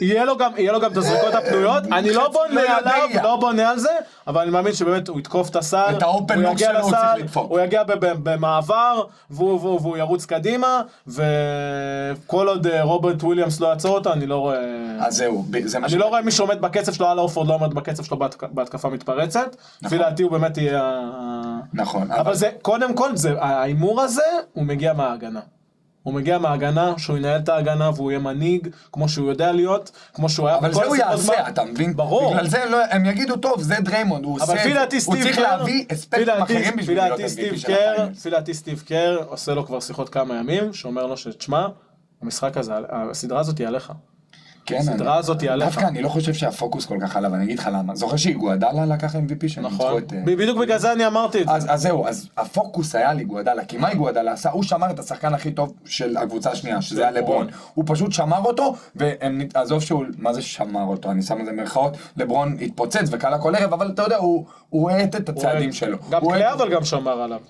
יהיה לו גם, יהיה לו גם את הזריקות הפנויות, אני לא לא בונה יודע. עליו, לא בונה על זה, אבל אני מאמין שבאמת הוא יתקוף את הסל, את האופן הוא לוק יגיע שלו הוא צריך לסל, לדפוק. הוא יגיע ב- ב- במעבר, והוא- והוא והוא ירוץ קדימה, וכל עוד אה, רוברט וויליאמס לא יעצור אותו, אני לא רואה... אז זהו, ב- זה מה אני לא רואה מי שעומד בקצב שלו, על אורפורד לא עומד בקצב שלו בהתק- בהתקפה מתפרצת. לפי דעתי הוא באמת יהיה... ה- נכון, אבל זה, קודם כל, זה- ההימור הזה, הוא מגיע מההגנה. הוא מגיע מההגנה, שהוא ינהל את ההגנה והוא יהיה מנהיג, כמו שהוא יודע להיות, כמו שהוא היה אבל בכל זה הוא הסדרות יעשה, מה- אתה מבין? ברור. בגלל זה לא- הם יגידו, טוב, זה דריימונד, הוא עושה אבל את לפי זה. דעתי הוא סטיב צריך קר, להביא לפי אספקטים דעתי- אחרים לפי בשביל להיות דעתי סטיב MVP של קר- הפיינלס. לפי דעתי סטיב קר עושה לו כבר שיחות כמה ימים, שאומר לו שתשמע, המשחק הזה, הסדרה הזאת היא עליך. כן, הסדרה אני- הזאת היא עליך. דווקא אני לא חושב שהפוקוס כל כך עליו, אני אגיד לך למה. זוכר שאיגואדלה לקח MVP שהם ניצחו נכון? את... אה, בדיוק בגלל זה אני אמרתי את זה. אז אז זהו, אז הפוקוס היה על איגואדלה, כי מה איגואדלה עשה? הוא שמר את השחקן הכי טוב של הקבוצה השנייה, שזה היה לברון. הוא פשוט שמר אותו, והם, נ- עזוב שהוא, מה זה שמר אותו? אני שם את זה במרכאות, לברון התפוצץ וקלע כל ערב, אבל אתה יודע, הוא- הוא האט את הצעדים שלו. גם הוא קליי האט- אבל גם שמר עליו.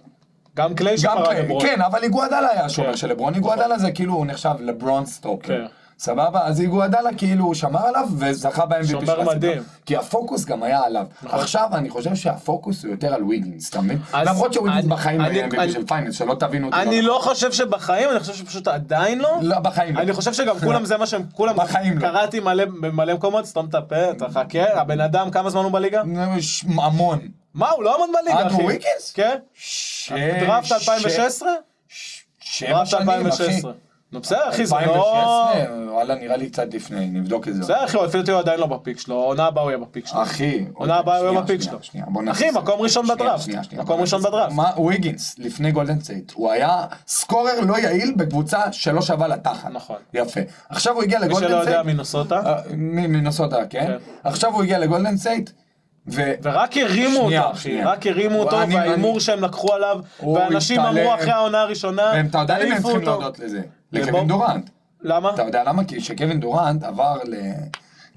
גם קליי גם שמר על כן, לברון. כן, אבל איגואדלה היה השומר כן. של לברון, איגואדלה זה כאילו הוא נחשב לברון כן. סטוקר. סבבה? אז איגואדלה כאילו הוא שמר עליו וזכה ב-MVP של שומר הסדרה. מדהים. נכון. כי הפוקוס גם היה עליו. עכשיו אני חושב שהפוקוס הוא יותר על וויגינס, אתה מבין? אז למרות שוויגינס אני- בחיים לא יהיה אני- MVP אני- של פיינלס, שלא תבינו אותי. אני לא חושב שבחיים, אני חושב שפשוט עדיין לא. לא, בחיים לא. אני חושב שגם כולם זה מה שהם, כולם, בחיים לא. קראתי מלא, במלא מקומות, סתום את הפה, תחכה, הבן אדם כמה זמן הוא בליגה? יש המון. מה, הוא לא עמד בליגה, אנדרו אחי. וויקינס? כן? ש- דראפט ש- 2016? ש- שבע דראפט שנים, אחי. 2016. נו בסדר אחי, זה לא... 2016, וואלה, נראה לי קצת לפני, נבדוק את זה. בסדר אחי, לפי דעתי הוא עדיין לא בפיק שלו, העונה הבאה הוא יהיה בפיק שלו. אחי, עונה הבאה הוא שנייה, בפיק שנייה, שלו. שנייה, בוא אחי, נעשה- מקום ראשון שנייה, בדראפט. שנייה, שנייה, מקום בוא ראשון נעשה- בדראפט. מה, וויגינס, לפני גולדנסייט, הוא היה סקורר לא יעיל בקבוצה שלא שווה לתחת. נכון. יפה. עכשיו הוא הגיע מי שלא יודע לגולדנסייט, מינוסוטה. אה, מנסוטה, כן? כן. עכשיו הוא הגיע לגולדנסייט, ו... ורק הרימו שנייה, אותו, אחי, שנייה. רק הרימו אותו, אני- וההימור אני- שהם לקחו עליו, הוא ואנשים התעלם. אמרו אחרי העונה הראשונה, והם- אתה יודע למי הם "תעיפו צריכים אותו". להודות לזה? לבוב? לקווין דורנט. למה? אתה יודע למה? כי שקווין דורנט עבר ל...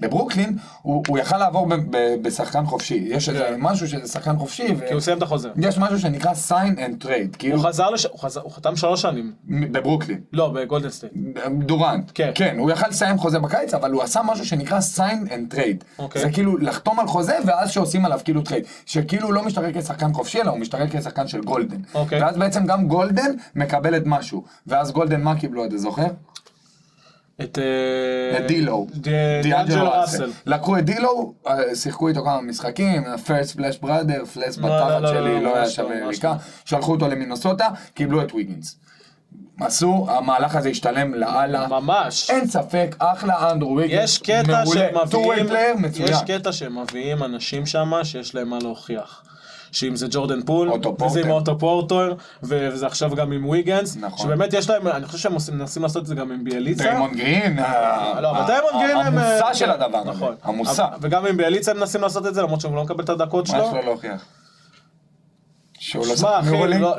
לברוקלין, הוא, הוא יכל לעבור ב, ב, בשחקן חופשי. יש איזה משהו שזה שחקן חופשי, כן. כי הוא סיים את החוזה. ויש משהו שנקרא sign and trade, כאילו הוא חזר לש... הוא חזר- הוא חתם שלוש שנים. מ- בברוקלין. לא, בגולדן סטייט. דורנט. כן. כן, הוא יכל לסיים חוזה בקיץ, אבל הוא עשה משהו שנקרא sign and trade. אוקיי. זה כאילו לחתום על חוזה, ואז שעושים עליו כאילו trade. שכאילו הוא לא משתרק כשחקן חופשי, אלא הוא משתרק כשחקן של גולדן. אוקיי. ואז בעצם גם גולדן מקבלת משהו. ואז גולדן מה קיבלו, אתה זוכר? את... אה, את דילו. ד- דאנג'לו ראסל. לקחו את דילו, אה, שיחקו איתו כמה משחקים, פרסט פלאש בראדר, פלאש לא, לא, בתחת לא, שלי, לא, לא היה ממש לא, שווה ממש לריקה, שלחו אותו למינסוטה, קיבלו את ויגינס. עשו, המהלך הזה השתלם לאללה. ממש. אין ספק, אחלה אנדרו ויגינס. יש קטע מעולה. שהם two-way מביאים, player, מצוין. יש קטע שהם מביאים אנשים שם שיש להם מה להוכיח. שאם זה ג'ורדן פול, אוטו וזה עם פורטר. אוטו פורטר, ו- וזה עכשיו גם עם וויגנס, נכון. שבאמת יש להם, אני חושב שהם עושים- מנסים לעשות את זה גם עם ביאליצה. דיימון גרין, ה- לא, אבל ה- דיימון גרין הם... המושא של הדבר הזה. נכון. המושא. אבל- וגם עם ביאליצה הם מנסים לעשות את זה, למרות שהוא לא מקבל את הדקות מה יש שלו. לו להוכיח? שהוא שמע, לא שחקן אחי, מעולה? לא-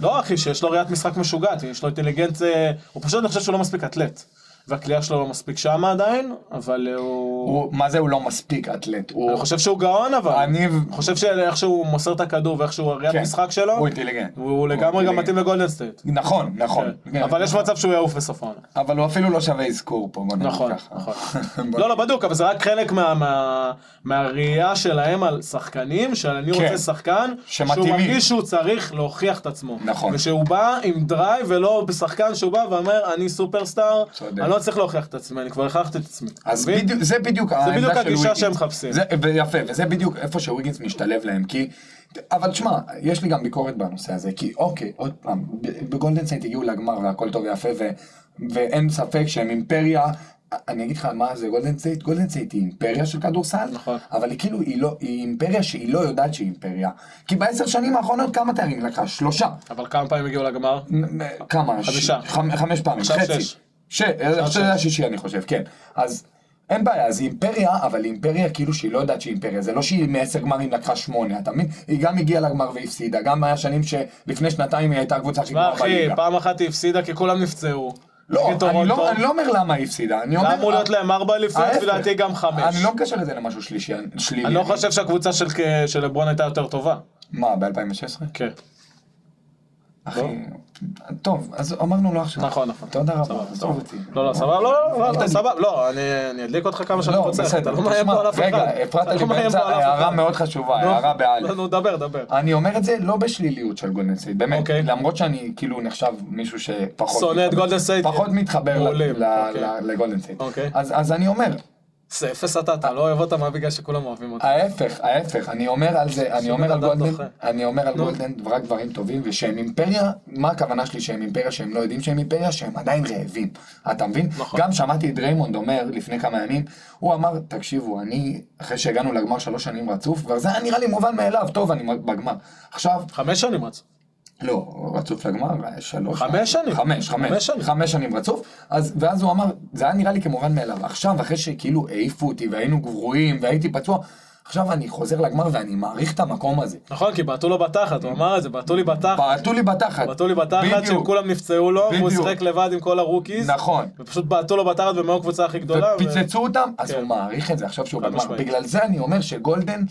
לא, אחי, שיש לו ראיית משחק משוגעת, יש לו אינטליגנציה, הוא פשוט, אני חושב שהוא לא מספיק אתלט. והקליעה שלו לא מספיק שמה עדיין, אבל אה, הוא... הוא- מה זה הוא לא מספיק אתלט? הוא אני חושב שהוא גאון, אבל. אני- אני חושב שאיך שהוא מוסר את הכדור ואיך שהוא הראיית כן. משחק שלו, הוא אינטליגנט. הוא לגמרי גם אינטליגנט. מתאים לגולדן סטייט. נכון, נכון. כן, אבל יש נכון. מצב שהוא יעוף בסוף העונה. אבל הוא אפילו לא שווה אזכור פה, בוא נגיד נכון, ככה. נכון. בוא- לא, לא, בדוק, אבל זה רק חלק מה- מה- מהראייה שלהם על שחקנים, שאני כן. רוצה שחקן, שהוא שמתאימים. מרגיש שהוא צריך להוכיח את עצמו. נכון. ושהוא בא עם דרייב ולא בשחקן שהוא בא ואומר, אני סופרסטאר, צודק. אני לא צריך להוכיח את עצמי, אני כבר הכרחתי את עצמי. אז מבין? בדיוק, זה בדיוק העמדה של בדיוק הגישה וויגינס. שהם מחפשים. זה- ויפה, וזה בדיוק איפה שוויגינס משתלב להם, כי... אבל תשמע, יש לי גם ביקורת בנושא הזה, כי אוקיי, עוד פעם, ב- בגולדן סייט הגיעו לגמר והכל טוב ויפה, ו- ואין ספק שהם אימפריה. אני אגיד לך מה זה גולדן סייט, גולדן סייט היא אימפריה של כדורסל, נכון. אבל היא כאילו, היא, לא, היא אימפריה שהיא לא יודעת שהיא אימפריה. כי בעשר שנים האחרונות כמה תארים לקחה? שלושה. אבל כמה פעמים הגיעו לגמר? מ- מ- כמה? חמישה. ש- חמ- חמש פעמים, עכשיו חצי. שש. ש... אה, עכשיו זה השישי אני חושב, כן. אז אין בעיה, אז היא אימפריה, אבל היא אימפריה כאילו שהיא לא יודעת שהיא אימפריה. זה לא שהיא מעשר גמרים לקחה שמונה, אתה מבין? היא גם הגיעה לגמר והפסידה, גם היה שנים שלפני שנתיים היא הייתה הקבוצה הכי מה גבוהה אחי, בליגה. פעם אחת היא הפסידה כי כולם נפצעו. לא, נגד אני טורונטו. לא, אני לא אומר למה היא הפסידה, אני אומר... זה אמור להיות להם ארבע אליפויות, ההפך. ולדעתי גם חמש. אני לא מקשר את זה למשהו שלישי, שלילי. אני לא חושב שהקבוצה של של לברון הייתה יותר טובה. מה, ב-2016? כן. אחי, טוב, אז אמרנו לא עכשיו. לא. נכון, נכון. תודה רבה, סבבה, עזוב אותי. לא, לא, סבבה, לא, לא, לא, אתה סבבה, לא, אני אני אדליק אותך כמה שאני לא, רוצה, אתה בסדר, לא מאיים פה על אף אחד. רגע, אתה הפרעת לא לי מאיים באמצע פה על אף הערה אחד. מאוד חשובה, נו, הערה לא, באלף. נו, דבר, דבר. אני אומר את זה לא בשליליות של גולדן סטייט, באמת, אוקיי. למרות שאני כאילו נחשב מישהו שפחות... שונא את מתחבר- גולדן סטייט. פחות מתחבר ל- מעולה, ל- אוקיי. ל- לגולדן סטייט. אוקיי. אז אז אני אומר, זה אפס אתה, אתה לא אוהב אותם רק בגלל שכולם אוהבים אותם. ההפך, ההפך, אני אומר על זה, אני אומר על אדם גולדן, דוחה. לא. אני אומר על גולדן רק דברים טובים, ושהם אימפריה, מה הכוונה שלי שהם אימפריה, שהם לא יודעים שהם אימפריה, שהם עדיין רעבים, אתה מבין? נכון. גם שמעתי את ריימונד אומר לפני כמה ימים, הוא אמר, תקשיבו, אני, אחרי שהגענו לגמר שלוש שנים רצוף, כבר זה היה נראה לי מובן מאליו, טוב, אני בגמר. עכשיו, חמש שנים רצו. לא, רצוף לגמר, היה שלוש. חמש שנים. חמש, חמש חמש. שנים. חמש שנים רצוף. אז, ואז הוא אמר, זה היה נראה לי כמובן מאליו. עכשיו, אחרי שכאילו העיפו אותי והיינו גבורים והייתי פצוע, עכשיו אני חוזר לגמר ואני מעריך את המקום הזה. נכון, כי בעטו לו בתחת, הוא אמר את זה, בעטו לי בתחת. בעטו לי בתחת. בעטו לי בתחת, שהם בדיוק. כולם נפצעו לו, והוא בדיוק. שיחק לבד עם כל הרוקיז. נכון. ופשוט בעטו לו בתחת, והם היו הקבוצה הכי גדולה. ו- ופיצצו אותם, אז כן. הוא מעריך את זה עכשיו שהוא חד בגמר. משמעית. בגלל זה אני אומר שגולדן,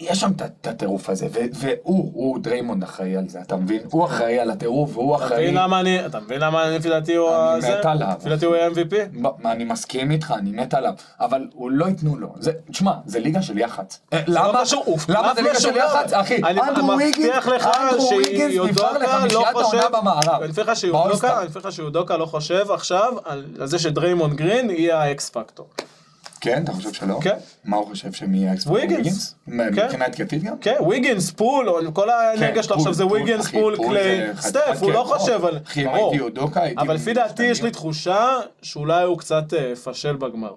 יש שם את- את הטירוף הזה, ו- והוא, הוא דריימונד אחראי על זה, אתה מבין? הוא אחראי על הטירוף, והוא אתה אחראי... מבין למה אני, אתה מבין למה אני, לפי דעתי הוא אני הזה? מת עליו. לפי דעתי הוא היה MVP? ב- מה, אני מסכים איתך, אני מת עליו, אבל הוא לא ייתנו לו. זה, תשמע, זה ליגה של יח"צ. אה, לא למה? קשור, הוא למה פלאף זה ליגה של משולב. יח"צ? אחי, אני אנדרו וויגינס, מבטיח לך אנדרו וויגינס נבחר שיודוקה לא לחמישיית העונה חושב- לא במערב. אני מבטיח לך באולסטאר. שיודוקה- אני מבטיח לך שיודוקה לא חושב עכשיו על על זה שדריימון גרין יהיה האקס פקטור. כן, אתה חושב שלא? כן. מה הוא חושב שמי יהיה האקספורט? ויגינס. כן. מבחינה התקפית גם? כן, כן, וויגינס, פול, או- כל האנרגיה שלו פול, עכשיו זה פול, וויגינס, אחי, פול, פול קליי, זה חתיכת סטף, הוא כאב לא ראש. חושב על... אחי, אם ברור. הייתי יודוקה, הייתי... אבל לפי דעתי יש לי משתגע. תחושה שאולי הוא קצת אה, פשל בגמר.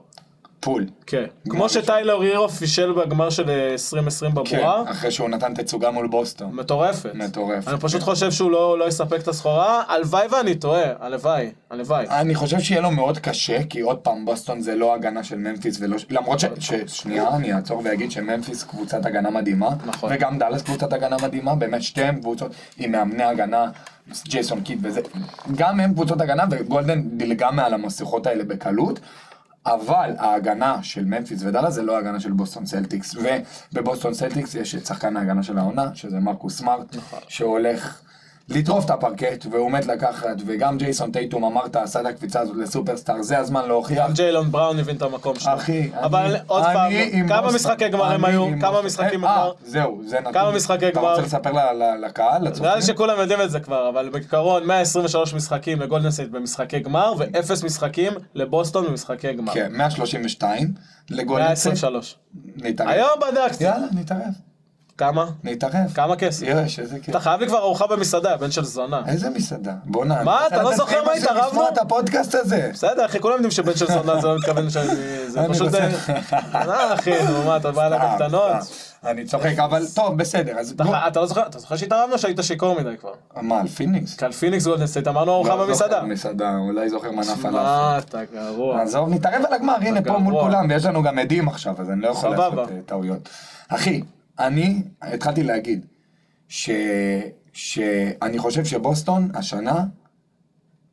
פול. כן. גמר כמו ראשון. שטיילר הירו פישל בגמר של אה, 2020 כן, בבועה. אחרי שהוא נתן תצוגה מול בוסטון. מטורפת. מטורפת, אני פשוט כן. חושב שהוא לא לא יספק את הסחורה, הלוואי ואני טועה, הלוואי, הלוואי. אני חושב שיהיה לו מאוד קשה, כי עוד פעם, בוסטון זה לא הגנה של ממפיס ולא... למרות ש... ש... שנייה, אני אעצור ואגיד שממפיס קבוצת הגנה מדהימה. נכון. וגם דאלאס קבוצת הגנה מדהימה, באמת שתיהן קבוצות עם מאמני הגנה, ג'ייסון קיד וזה. גם הם קבוצות הגנה, וגולדן דילגה מעל המסכות האלה בקלות. אבל ההגנה של ממפיס ודאלה זה לא ההגנה של בוסטון סלטיקס, ובבוסטון סלטיקס יש את שחקן ההגנה של העונה, שזה מרקוס סמארט, שהולך לטרוף את הפרקט, והוא מת לקחת, וגם ג'ייסון טייטום אמרת, עשה את הקפיצה הזאת לסופרסטאר, זה הזמן להוכיח. ג'יילון בראון הבין את המקום שלו. אחי, אני- אבל עוד אני פעם, עם כמה בוסטון, משחקי גמר הם אני היו? עם כמה בוסטון. משחקים אה, עבר? זהו, זה נתון. כמה משחקי אתה גמר? רוצה לספר ל- ל- לקהל, נראה לי לצופים? שכולם יודעים את זה כבר, אבל בעיקרון 123 משחקים לגולדנסייט במשחקי גמר, ואפס משחקים לבוסטון במשחקי גמר. כן, 132 לגולדנסט. 123. נתערב. היום בדקתי. יאללה, נתערב. כמה? נתערב. כמה כסף? יש, איזה כיף. אתה חייב לי כבר ארוחה במסעדה, בן של זונה. איזה מסעדה? בואנה. מה, אתה לא אתם זוכר מה צריכים התערבנו? לשמוע את הפודקאסט הזה. בסדר, אחי, כולם יודעים שבן של זונה זה לא מתכוון שאני... זה אני פשוט... רוצה- אה, אחי, נו מה, אתה בא אליי סתם, בקטנות? סתם. אה, אני צוחק, אבל טוב, בסדר. אז אתה בוא- ח- אתה לא זוכר, אתה זוכר שהתערבנו שהיית שיכור מדי כבר? מה, על פיניקס? כי על פיניקס גולדנסטייט אמרנו ארוחה לא זוכר במסעדה. מסעדה, אולי זוכר מנה פלאפל. מה, אתה גרוע. עזוב, נתערב על הגמר, הנה פה גרוע. מול כולם, ויש לנו גם עדים עכשיו, אז אני לא יכול סבבה. לעשות אה, טעויות. אחי, אני התחלתי להגיד, ש- שאני חושב שבוסטון השנה,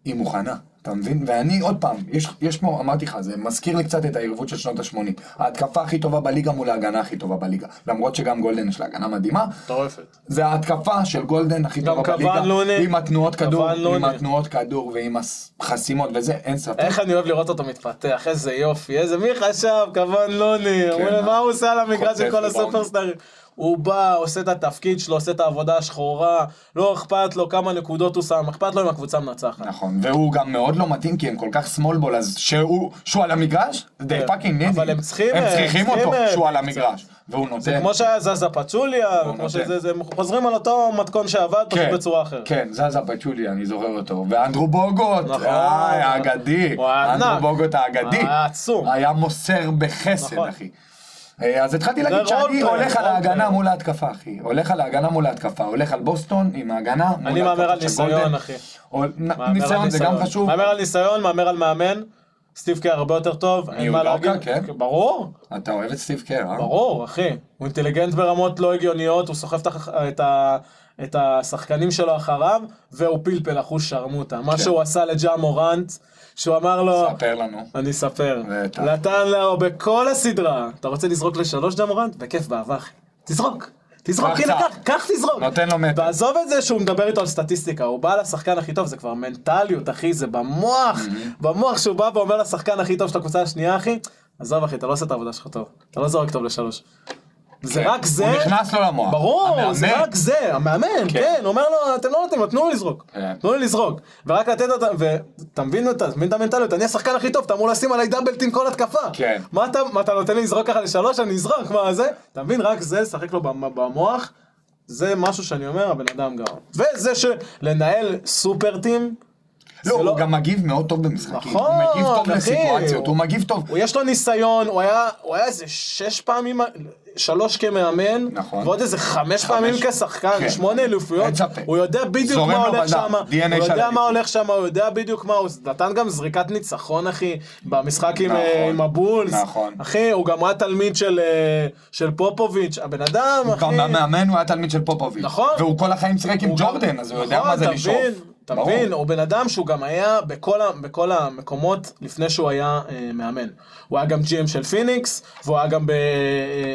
היא מוכנה. אתה מבין? ואני, עוד פעם, יש, יש פה, אמרתי לך, זה מזכיר לי קצת את הערבות של שנות ה-80. ההתקפה הכי טובה בליגה מול ההגנה הכי טובה בליגה. למרות שגם גולדן יש לה הגנה מדהימה, מטורפת. זה ההתקפה של גולדן הכי גם טובה קוואן בליגה, לוני. עם התנועות כדור, קוואן עם לוני. התנועות כדור ועם החסימות וזה, אין ספק. איך אני אוהב לראות אותו מתפתח, איזה יופי, איזה מי חשב, כוון לוני, אמרו לו, מה- מה הוא עושה על המגרש של כן, אה? חוטף כל ריבאונד." הסופרסטארים. הוא בא, עושה את התפקיד שלו, עושה את העבודה השחורה, לא אכפת לו כמה נקודות הוא שם, אכפת לו אם הקבוצה מנצחת. נכון, והוא גם מאוד לא מתאים כי הם כל כך small ball, אז שהוא, שהוא על המגרש, זה כן. פאקינג נידי. אבל הם צריכים, הם אה, צריכים צריכים, אותו אה, שהוא על קצת. המגרש, והוא נותן. כמו שהיה זזה פצוליה, הוא וכמו נותן. שזה, זה- הם חוזרים על אותו מתכון שעבד, פשוט אוקיי. כן, בצורה אחרת. כן, זזה פצ'ולי, אני זוכר אותו. ואנדרו בוגוט, נכון. איי, האגדי. הוא היה אנדרו ענק. בוגוט האגדי. אה, העצום. היה מוסר בחסד, נכון. אחי. אה, אז התחלתי להגיד רול שאני פלייר, הולך על רול ההגנה פלייר. מול ההתקפה, אחי. הולך על ההגנה מול ההתקפה. הולך על בוסטון עם ההגנה מול אני מהמר על ההתקפה של גולדן. ניסיון, אחי. הול- נ- מהמר על ניסיון זה גם חשוב. מהמר על ניסיון, מהמר על מאמן. סטיב קר הרבה יותר טוב, אין מה יודוקה, להגיד. כן. ברור, אתה אוהב את סטיב קר, אה? ברור, אחי. הוא אינטליגנט ברמות לא הגיוניות, הוא סוחב את הח- את ה... את השחקנים שלו אחריו, והוא פלפל אחוש שרמוטה. מה כן. שהוא עשה לג'ה מורנט, שהוא אמר לו, ספר לנו. אני אספר. בטח. נתן לו בכל הסדרה. אתה רוצה לזרוק לשלוש ג'ה מורנט? בכיף, באהבה, אחי. תזרוק. תזרוק, קח הנה, צעד. קח, קח תזרוק. נותן לו מטר. ועזוב את זה שהוא מדבר איתו על סטטיסטיקה, הוא בא לשחקן הכי טוב, זה כבר מנטליות, אחי, זה במוח, במוח שהוא בא ואומר לשחקן הכי טוב של הקבוצה השנייה, אחי, עזוב אחי, אתה לא עושה את העבודה שלך טוב, אתה לא זורק טוב לשלוש. זה רק זה, כן, הוא נכנס לו למוח. ברור, זה המאמן. רק זה, המאמן, כן. כן, אומר לו, אתם לא נותנים, לו, תנו לי לזרוק, כן. תנו לי לזרוק, ורק לתת אותה, ואתה מבין אותה, אתה מבין את המנטליות, אני השחקן הכי טוב, אתה אמור לשים עליי דאבלטים כל התקפה, כן. מה אתה, מה אתה נותן לי לזרוק ככה לשלוש, אני אזרוק, מה זה, אתה מבין, רק זה, לשחק לו במ- במוח, זה משהו שאני אומר, הבן אדם גאון, וזה שלנהל סופר טים, לא, זה הוא לא- גם מגיב מאוד טוב במשחקים. נכון, הוא מגיב אחי. טוב לסיטואציות, הוא מגיב טוב. הוא- יש לו ניסיון, הוא היה, הוא היה איזה שש פעמים, שלוש כמאמן, נכון. ועוד איזה חמש פעמים כשחקן, כן. שמונה אליפויות, אין ספק. הוא יודע בדיוק זורם מה לו הולך בדם, שם, DNA של הוא יודע אליפות. מה הולך שם, הוא יודע בדיוק מה, הוא נתן גם זריקת ניצחון אחי, במשחק עם, נכון. אה, עם הבולס, נכון. אחי, הוא גם היה תלמיד של, אה, של פופוביץ', הבן אדם, אחי, גם המאמן הוא היה תלמיד של פופוביץ'. נכון. והוא כל החיים שיחק עם הוא גם- ג'ורדן, אז הוא יודע נכון, מה זה אתה לשאוף. מבין, אתה ברור. מבין, הוא בן אדם שהוא גם היה בכל, ה- בכל המקומות לפני שהוא היה אה, מאמן. הוא היה גם GM של פיניקס, והוא היה גם ב, אה,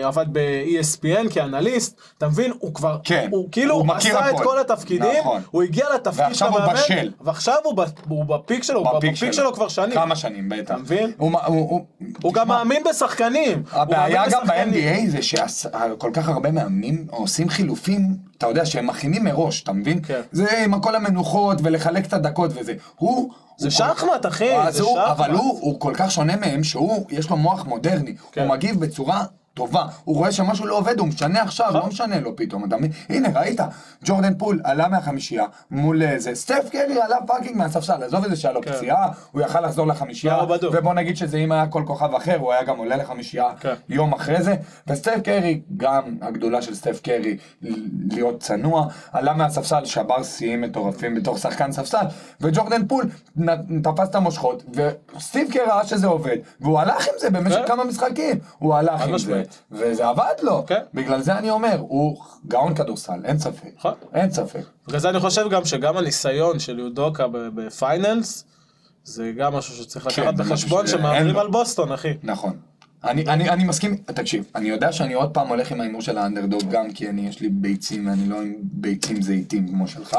עבד ב-ESPN כאנליסט, אתה מבין, הוא כבר, כן, הוא כאילו הוא מכיר עשה את הכל. כל התפקידים, נכון. הוא הגיע לתפקיד של ועכשיו הוא המאמן, בשל. ועכשיו הוא, ב, הוא בפיק שלו, הוא בפיק שלו, כבר שנים. כמה שנים, בטח. אתה מבין? הוא, מ- הוא, הוא, הוא גם מאמין בשחקנים. הוא הבעיה מאמין גם בשחקנים. ב-NBA זה שכל כך הרבה מאמנים עושים חילופים אתה יודע שהם מכינים מראש, אתה מבין? כן. זה עם כל המנוחות ולחלק את הדקות וזה. הוא... זה הוא- שחמט, אחי, אז זה הוא- שחמט. אבל הוא, הוא כל כך שונה מהם, שהוא, יש לו מוח מודרני. כן. הוא מגיב בצורה טובה. הוא רואה שמשהו לא עובד, הוא משנה עכשיו, נכון. לא משנה לו פתאום. אתה מבין? הנה, ראית, ג'ורדן פול עלה מהחמישייה מול אה, זה. סטף קרי עלה פאקינג מהספסל, עזוב את זה שהיה לו כן. פציעה, הוא יכל לחזור לחמישייה. לא, בדוק. ובוא נגיד שזה אם היה כל כוכב אחר, הוא היה גם עולה לחמישייה כן. יום אחרי זה. וסטף קרי, גם הגדולה של סטף קרי, ל- להיות צנוע, עלה מהספסל, שבר שיאים מטורפים בתור שחקן ספסל, וג'ורדן פול נ- תפס את המושכות, וסטיב קר ראה שזה עובד, והוא הלך עם זה במשך כן. כמה משחקים, הוא הלך חד עם זה, משמעית. וזה עבד לו. כן. בגלל זה אני אומר, הוא גאון כדורסל, אין ספק. נכון. אין ספק. בגלל זה אני חושב גם שגם הניסיון של יודוקה ב- בפיינלס, זה גם משהו שצריך כן, לקחת זה משהו בחשבון שאין שמהמרים לו. על בוסטון, אחי. נכון. אני, אני, אני מסכים, תקשיב, אני יודע שאני עוד פעם הולך עם ההימור של האנדרדוג גם כי אני, יש לי ביצים ואני לא עם ביצים זיתים כמו שלך.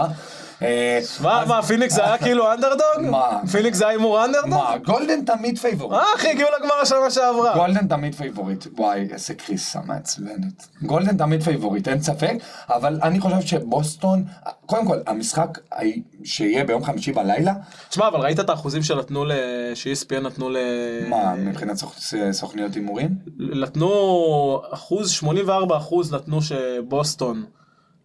אה, מה, מה, פיניקס זה היה כאילו אנדרדוג? מה? פיניקס זה היה הימור אנדרדוג? מה, גולדן תמיד פייבוריט. אה, אחי, הגיעו לגמר השנה שעברה. גולדן תמיד פייבוריט. וואי, איזה קריסה מעצבנת. גולדן תמיד פייבוריט, אין ספק, אבל אני חושב שבוסטון, קודם כל, המשחק ה- שיהיה ביום חמישי בלילה, תשמע, אבל ראית את האחוזים שנתנו ל... E ש-ESPN נתנו ל... מה, מבחינת סוכ- סוכניות הימורים? נתנו אחוז, 84 אחוז נתנו שבוסטון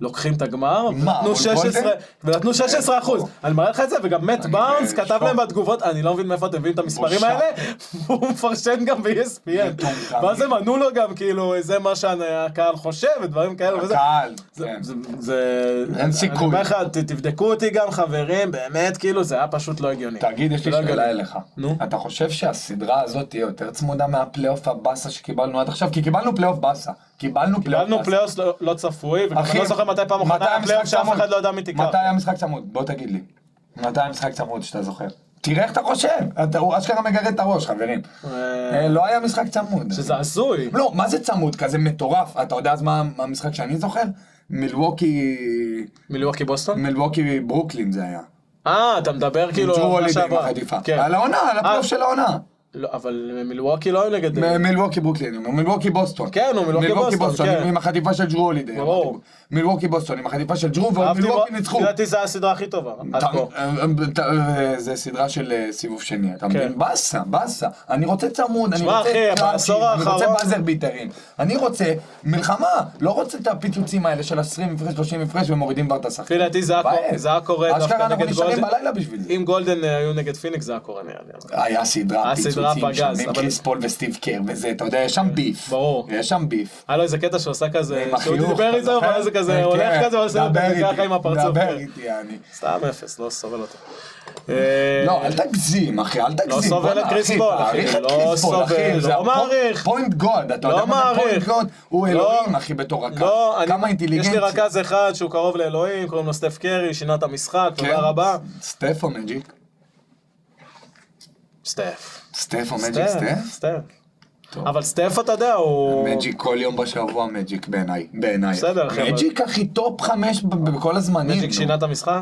לוקחים את הגמר, ונתנו מול 16, גולדן? ונתנו 16 אחוז. אני מראה לך את זה, וגם מאט אני באונס בשוק. כתב להם בתגובות, אני לא מבין מאיפה אתם מביאים את המספרים בושה. האלה, והוא מפרשן גם ב-ESPN. מטומטמים. ואז הם ענו לו גם, כאילו, זה מה שהקהל חושב, ודברים כאלה וזה. הקהל, לא, זה- כן. זה- זה... אין אני סיכוי. אומר לך, ת- תבדקו אותי גם, חברים, באמת, כאילו, זה היה פשוט לא הגיוני. תגיד, יש לי לא שאלה הגיוני. אליך. נו. אתה חושב שהסדרה הזאת תהיה יותר צמודה מהפלייאוף הבאסה שקיבלנו עד עכשיו? כי קיבלנו פלייאוף באסה. קיבלנו פלייאוף קיבלנו באסה. פלייאוס לא- לא צפוי, וגם אחי, אני לא זוכר מתי פעם אחרונה מתי היה פלייאוף המשחק שאף צמוד? אחד לא יודע מי תיקח. מתי המשחק צמוד? בוא תגיד לי. מתי המשחק צמוד שאתה זוכר? תראה איך אתה חושב. אתה- הוא אשכרה מגרד את הראש, חברים. אה, אה, לא היה משחק צמוד. שזה הזוי. לא, מה זה צמוד? כזה מטורף. אתה יודע אז מה מה המשחק שאני זוכר? מילווקי... מלווקי בוסטון? מילווקי ברוקלין זה היה. אה, אתה מדבר כאילו... ג'רו על מה הולידי עם שעבר. החטיפה. כן. על העונה, על הפלייאוף אה. של העונה. לא, אבל מלווקי לא היו נגד... מ- מילווקי ברוקלין, אני אומר, מילווקי בוסטון. כן, הוא מילווקי בוסטון, כן. עם החטיפה של ג'רו הולידי. ברור. אמרתי, מילווקי בוסטון עם החטיפה של ג'רו, אהבתי ומילווקי מאוד. ניצחו. לפי דעתי זו הסדרה הכי טובה. עד אתה- כה. אה, אה, ת- אה, זה סדרה של אה, סיבוב שני, אתה כן. מבין? באסה, באסה. אני רוצה צמוד, אני שמע, רוצה אחי, קלאצ'ים, בעשור אני רוצה האחרון- באזר ביטרים. אני רוצה מלחמה, לא רוצה את הפיצוצים האלה של 20 הפרש, 30 הפרש ומורידים כבר את השחקן. לפי דעתי זה היה מבאס. קורה- זה היה קורה דווקא אשכרה אנחנו נגד נשארים גולדן. בלילה בשביל זה. אם גולדן אה, היו נגד פיניקס זה היה קורה נראה לי. אז- היה סדרה היה סדרה פיצוצים שם, פגז, עם אבל- כן, קריס פול וסטיב קר וזה, אתה יודע, יש שם ביף. ברור. יש שם ביף. היה לו איזה קטע שהוא עשה כזה, עם שהוא החיוך, דיבר אתה איתו, זוכר? ואז זה כזה כן, הולך כזה, ועושה לו דבר כזה איתי, ככה עם הפרצוף. דבר כן. איתי, אני. סתם אפס, לא סובל אותו. אה, לא, אל תגזים, אחי, אל תגזים. לא סובל בואנה, את קריס פול, אחי, תעריך את לא קריס פול, סובל, אחי. לא זה הפו- מעריך. פוינט גוד, אתה לא יודע מה זה פוינט מעריך. גוד? הוא לא. אלוהים, אחי, בתור רכז. לא, אני- כמה כן. יש לי אינטליגנציה. רכז אחד שהוא קרוב לאלוהים, קוראים לו סטף קרי, שינה את המשחק, כן, תודה רבה. סטפו מג'יק. סטף. כן, סטפו מג'יק סטף? סטף. טוב. אבל סטף אתה יודע, הוא... מג'יק כל יום בשבוע מג'יק בעיניי, בעיניי. בסדר, אחי, אבל- מג'יק אחי טופ חמש ב- בכל הזמנים. מג'יק נו. שינה את המשחק?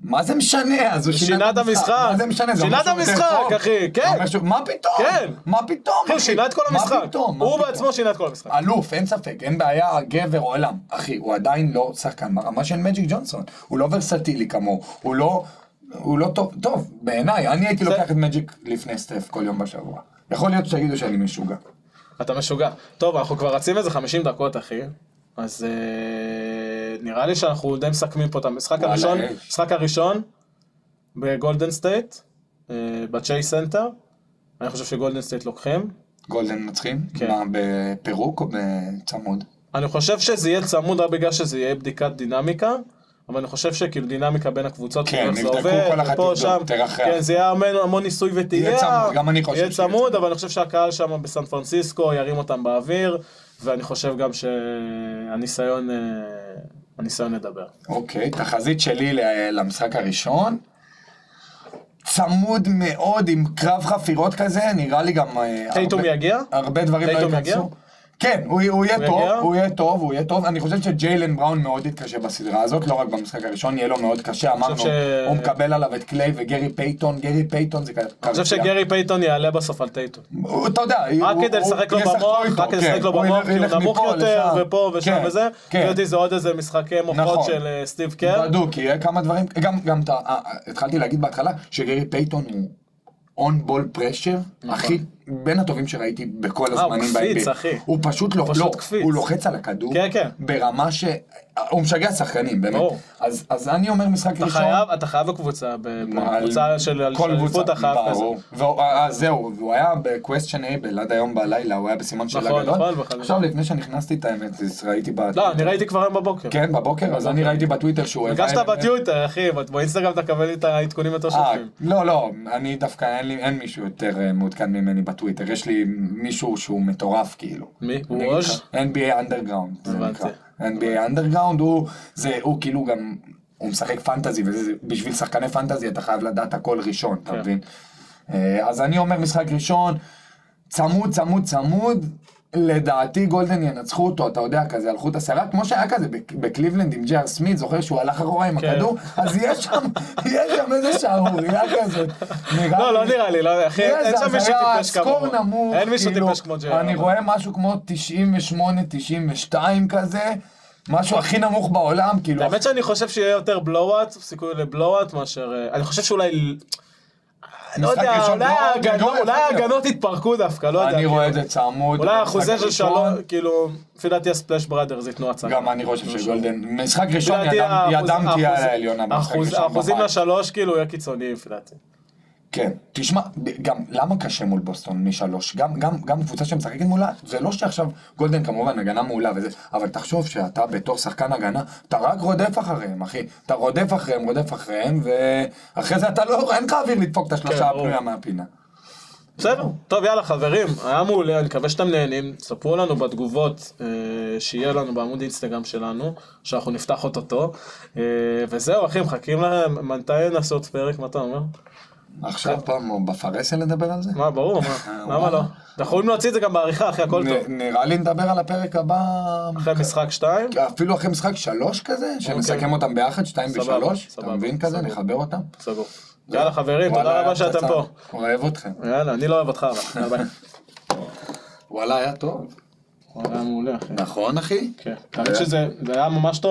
מה זה משנה? אז הוא שינה את המשחק. מה זה משנה? זה שינה אומר את שהוא יותר המשחק, טוב? אחי, כן. זה אומר שהוא- מה פתאום? כן. מה פתאום, אחי, הוא שינה את כל המשחק. מה פתאום? מה הוא פתאום? בעצמו שינה את כל המשחק. אלוף, אין ספק, אין בעיה, גבר או עולם. אחי, הוא עדיין לא שחקן ברמה של מג'יק ג'ונסון. הוא לא ורסטילי כמוהו, הוא לא... הוא לא טוב, טוב, בעיניי, אני הייתי לוקח את מג'יק לפני סטף כל יום בשבוע. יכול להיות שתגידו שאני משוגע. אתה משוגע. טוב, אנחנו כבר רצים איזה 50 דקות, אחי. אז אה, נראה לי שאנחנו די מסכמים פה את המשחק וואלה, הראשון. יש. המשחק הראשון בגולדן סטייט, אה, בצ'ייס סנטר. אני חושב שגולדן סטייט לוקחים. גולדן מנצחים? כן. מה, בפירוק או בצמוד? אני חושב שזה יהיה צמוד רק בגלל שזה יהיה בדיקת דינמיקה, אבל אני חושב שכאילו דינמיקה בין הקבוצות, כן, כאילו איך זה יבדקו עובד, כל אחת ופה, תבדוק, שם, תרחח. כן, זה יהיה המון, המון ניסוי וטעייה, יהיה צמוד, גם אני חושב יהיה שיהיה צמוד, צמוד. אבל אני חושב שהקהל שם בסן פרנסיסקו ירים אותם באוויר, ואני חושב גם שהניסיון, אה, הניסיון ידבר. אוקיי, תחזית שלי ל- למשחק הראשון. צמוד מאוד עם קרב חפירות כזה, נראה לי גם... אה, טייטום הרבה- יגיע? הרבה דברים לא טייטום יגיע? ייכנסו. כן, הוא, הוא יהיה הוא טוב, יגיע? הוא יהיה טוב, הוא יהיה טוב. אני חושב שג'יילן בראון מאוד יתקשה בסדרה הזאת, לא רק במשחק הראשון, יהיה לו מאוד קשה, אמרנו, ש- הוא מקבל עליו את קליי וגרי פייתון, גרי פייתון זה כזה... אני חושב שגרי פייתון יעלה בסוף על טייטון. הוא- אתה יודע, רק הוא- כדי הוא- לשחק לו ישחקו במוח, איתו, רק כדי כן. לשחק לו הוא במוח, ילך- כי הוא ילך נמוך מפה יותר, לשם. ופה ושם כן, וזה. כן. לדעתי זה עוד איזה משחקי מוחות נכון. של אה, סטיב קר. בדוק, יהיה כמה דברים, גם, גם אתה, אה, אה, התחלתי להגיד בהתחלה, שגרי פייתון הוא און בול פרשר, הכי, בין הטובים שראיתי בכל נכון. אה, הוא הזמנים קפיץ, ב-NBA. אחי. הוא פשוט לא, פשוט לא, קפיץ. הוא לוחץ על הכדור, כן, כן. ברמה ש... הוא משגע שחקנים, באמת. ברור. אז, אז אני אומר משחק אתה ראשון. חייב, אתה חייב בקבוצה, ב- על- בקבוצה של כל אליפות, אתה חייב כזה. ברור. והוא- אה, זהו, והוא היה ב-questionable עד היום בלילה, הוא היה בסימן שאלה נכון, גדול. נכון, נכון. עכשיו, לפני שנכנסתי את האמת, אז ראיתי ב... לא, אני ראיתי כבר היום בבוקר. כן, בבוקר, אז אני ראיתי בטוויטר שהוא... הגשת הבא- בטיוטר, אחי, ב- באינסטגרם אתה מקבל את העדכונים יותר אה, שוטפים. לא, לא, אני דווקא, אין לי, אין מישהו יותר אה, מעודכן ממני בטוויטר, יש לי מישהו שהוא מטורף כאילו. מי? אני הוא אגיד רוז'? לך, NBA אנדרגראונד, זה הבנתי. נקרא. NBA אנדרגראונד הוא, זה, הוא כאילו גם, הוא משחק פנטזי, ובשביל שחקני פנטזי אתה חייב לדעת הכל ראשון, אתה כן. מבין? אה, אז אני אומר משחק ראשון, צמוד, צמוד, צמוד. לדעתי גולדן ינצחו אותו, אתה יודע, כזה הלכו את הסערה, כמו שהיה כזה בק- בקליבלנד עם ג'ר סמית, זוכר שהוא הלך אחורה עם כן. הכדור? אז יש שם, יש שם איזה שערורייה כזאת. נראה לא, לי- לא נראה לי, לא, אחי, תראה, אין זה שם מישהו הזיה, טיפש כמוהו. סקור נמוך, אין מישהו כאילו, טיפש כמו ג'ר. אני רואה משהו כמו 98-92 כזה, משהו הכי נמוך בעולם, כאילו... האמת שאני חושב שיהיה יותר בלואו-אאט, סיכוי לבלואו-אאט מאשר... אה, אני חושב שאולי... לא משחק יודע, ראשון אולי בלואו-אאוט ההגנות- גדול, אולי יכול להיות. ההגנות יתפרקו דווקא, לא יודע. אני כאילו. רואה את זה צמוד. אולי במשחק האחוזי של ראשון. שלום, כאילו, לפי דעתי הספלאש בראדר זה תנועה צנעה. גם אני לא חושב שגולדן, משחק ראשון לדעתי ידם- האחוז- ידם תהיה על האחוז- העליונה במשחק האחוז- ראשון. האחוזים בבית. לשלוש כאילו יהיה קיצוני לפי דעתי. כן, תשמע, גם למה קשה מול בוסטון משלוש? גם, גם, גם קבוצה שמשחקת מולה, זה לא שעכשיו גולדן כמובן הגנה מעולה וזה, אבל תחשוב שאתה בתור שחקן הגנה, אתה רק רודף אחריהם, אחי. אתה רודף אחריהם, רודף אחריהם, ואחרי זה אתה לא, אין לך אוויר לדפוק את כן, השלושה ברור. הפנויה מהפינה. בסדר, טוב יאללה חברים, היה מעולה, אני מקווה שאתם נהנים, ספרו לנו בתגובות אה, שיהיה לנו בעמוד אינסטגרם שלנו, שאנחנו נפתח אותו, אה, וזהו אחי, מחכים להם, מתי נעשה עוד פרק, מה אתה אומר? כן. עכשיו פעם או בפרהסיה לדבר על זה? מה, ברור, מה, למה לא? אנחנו יכולים להוציא את זה גם בעריכה, אחי, הכל טוב. אה, נ- כן. נראה לי נדבר על הפרק הבא, אחרי משחק שתיים, אפילו אחרי משחק שלוש כזה, שנסכם אותם ביחד, שתיים אוקיי. סבבה, ושלוש, אתה סבבה, מבין כזה, סבבה. נחבר אותם. סגור. יאללה חברים, וואלה, תודה היה רבה שאתם פצצה. פה. אוהב אתכם. יאללה, אני לא אוהב אותך, אבל יאללה, ביי. וואלה, היה טוב. היה מעולה, אחי. נכון, אחי? כן. האמת שזה זה היה ממש טוב.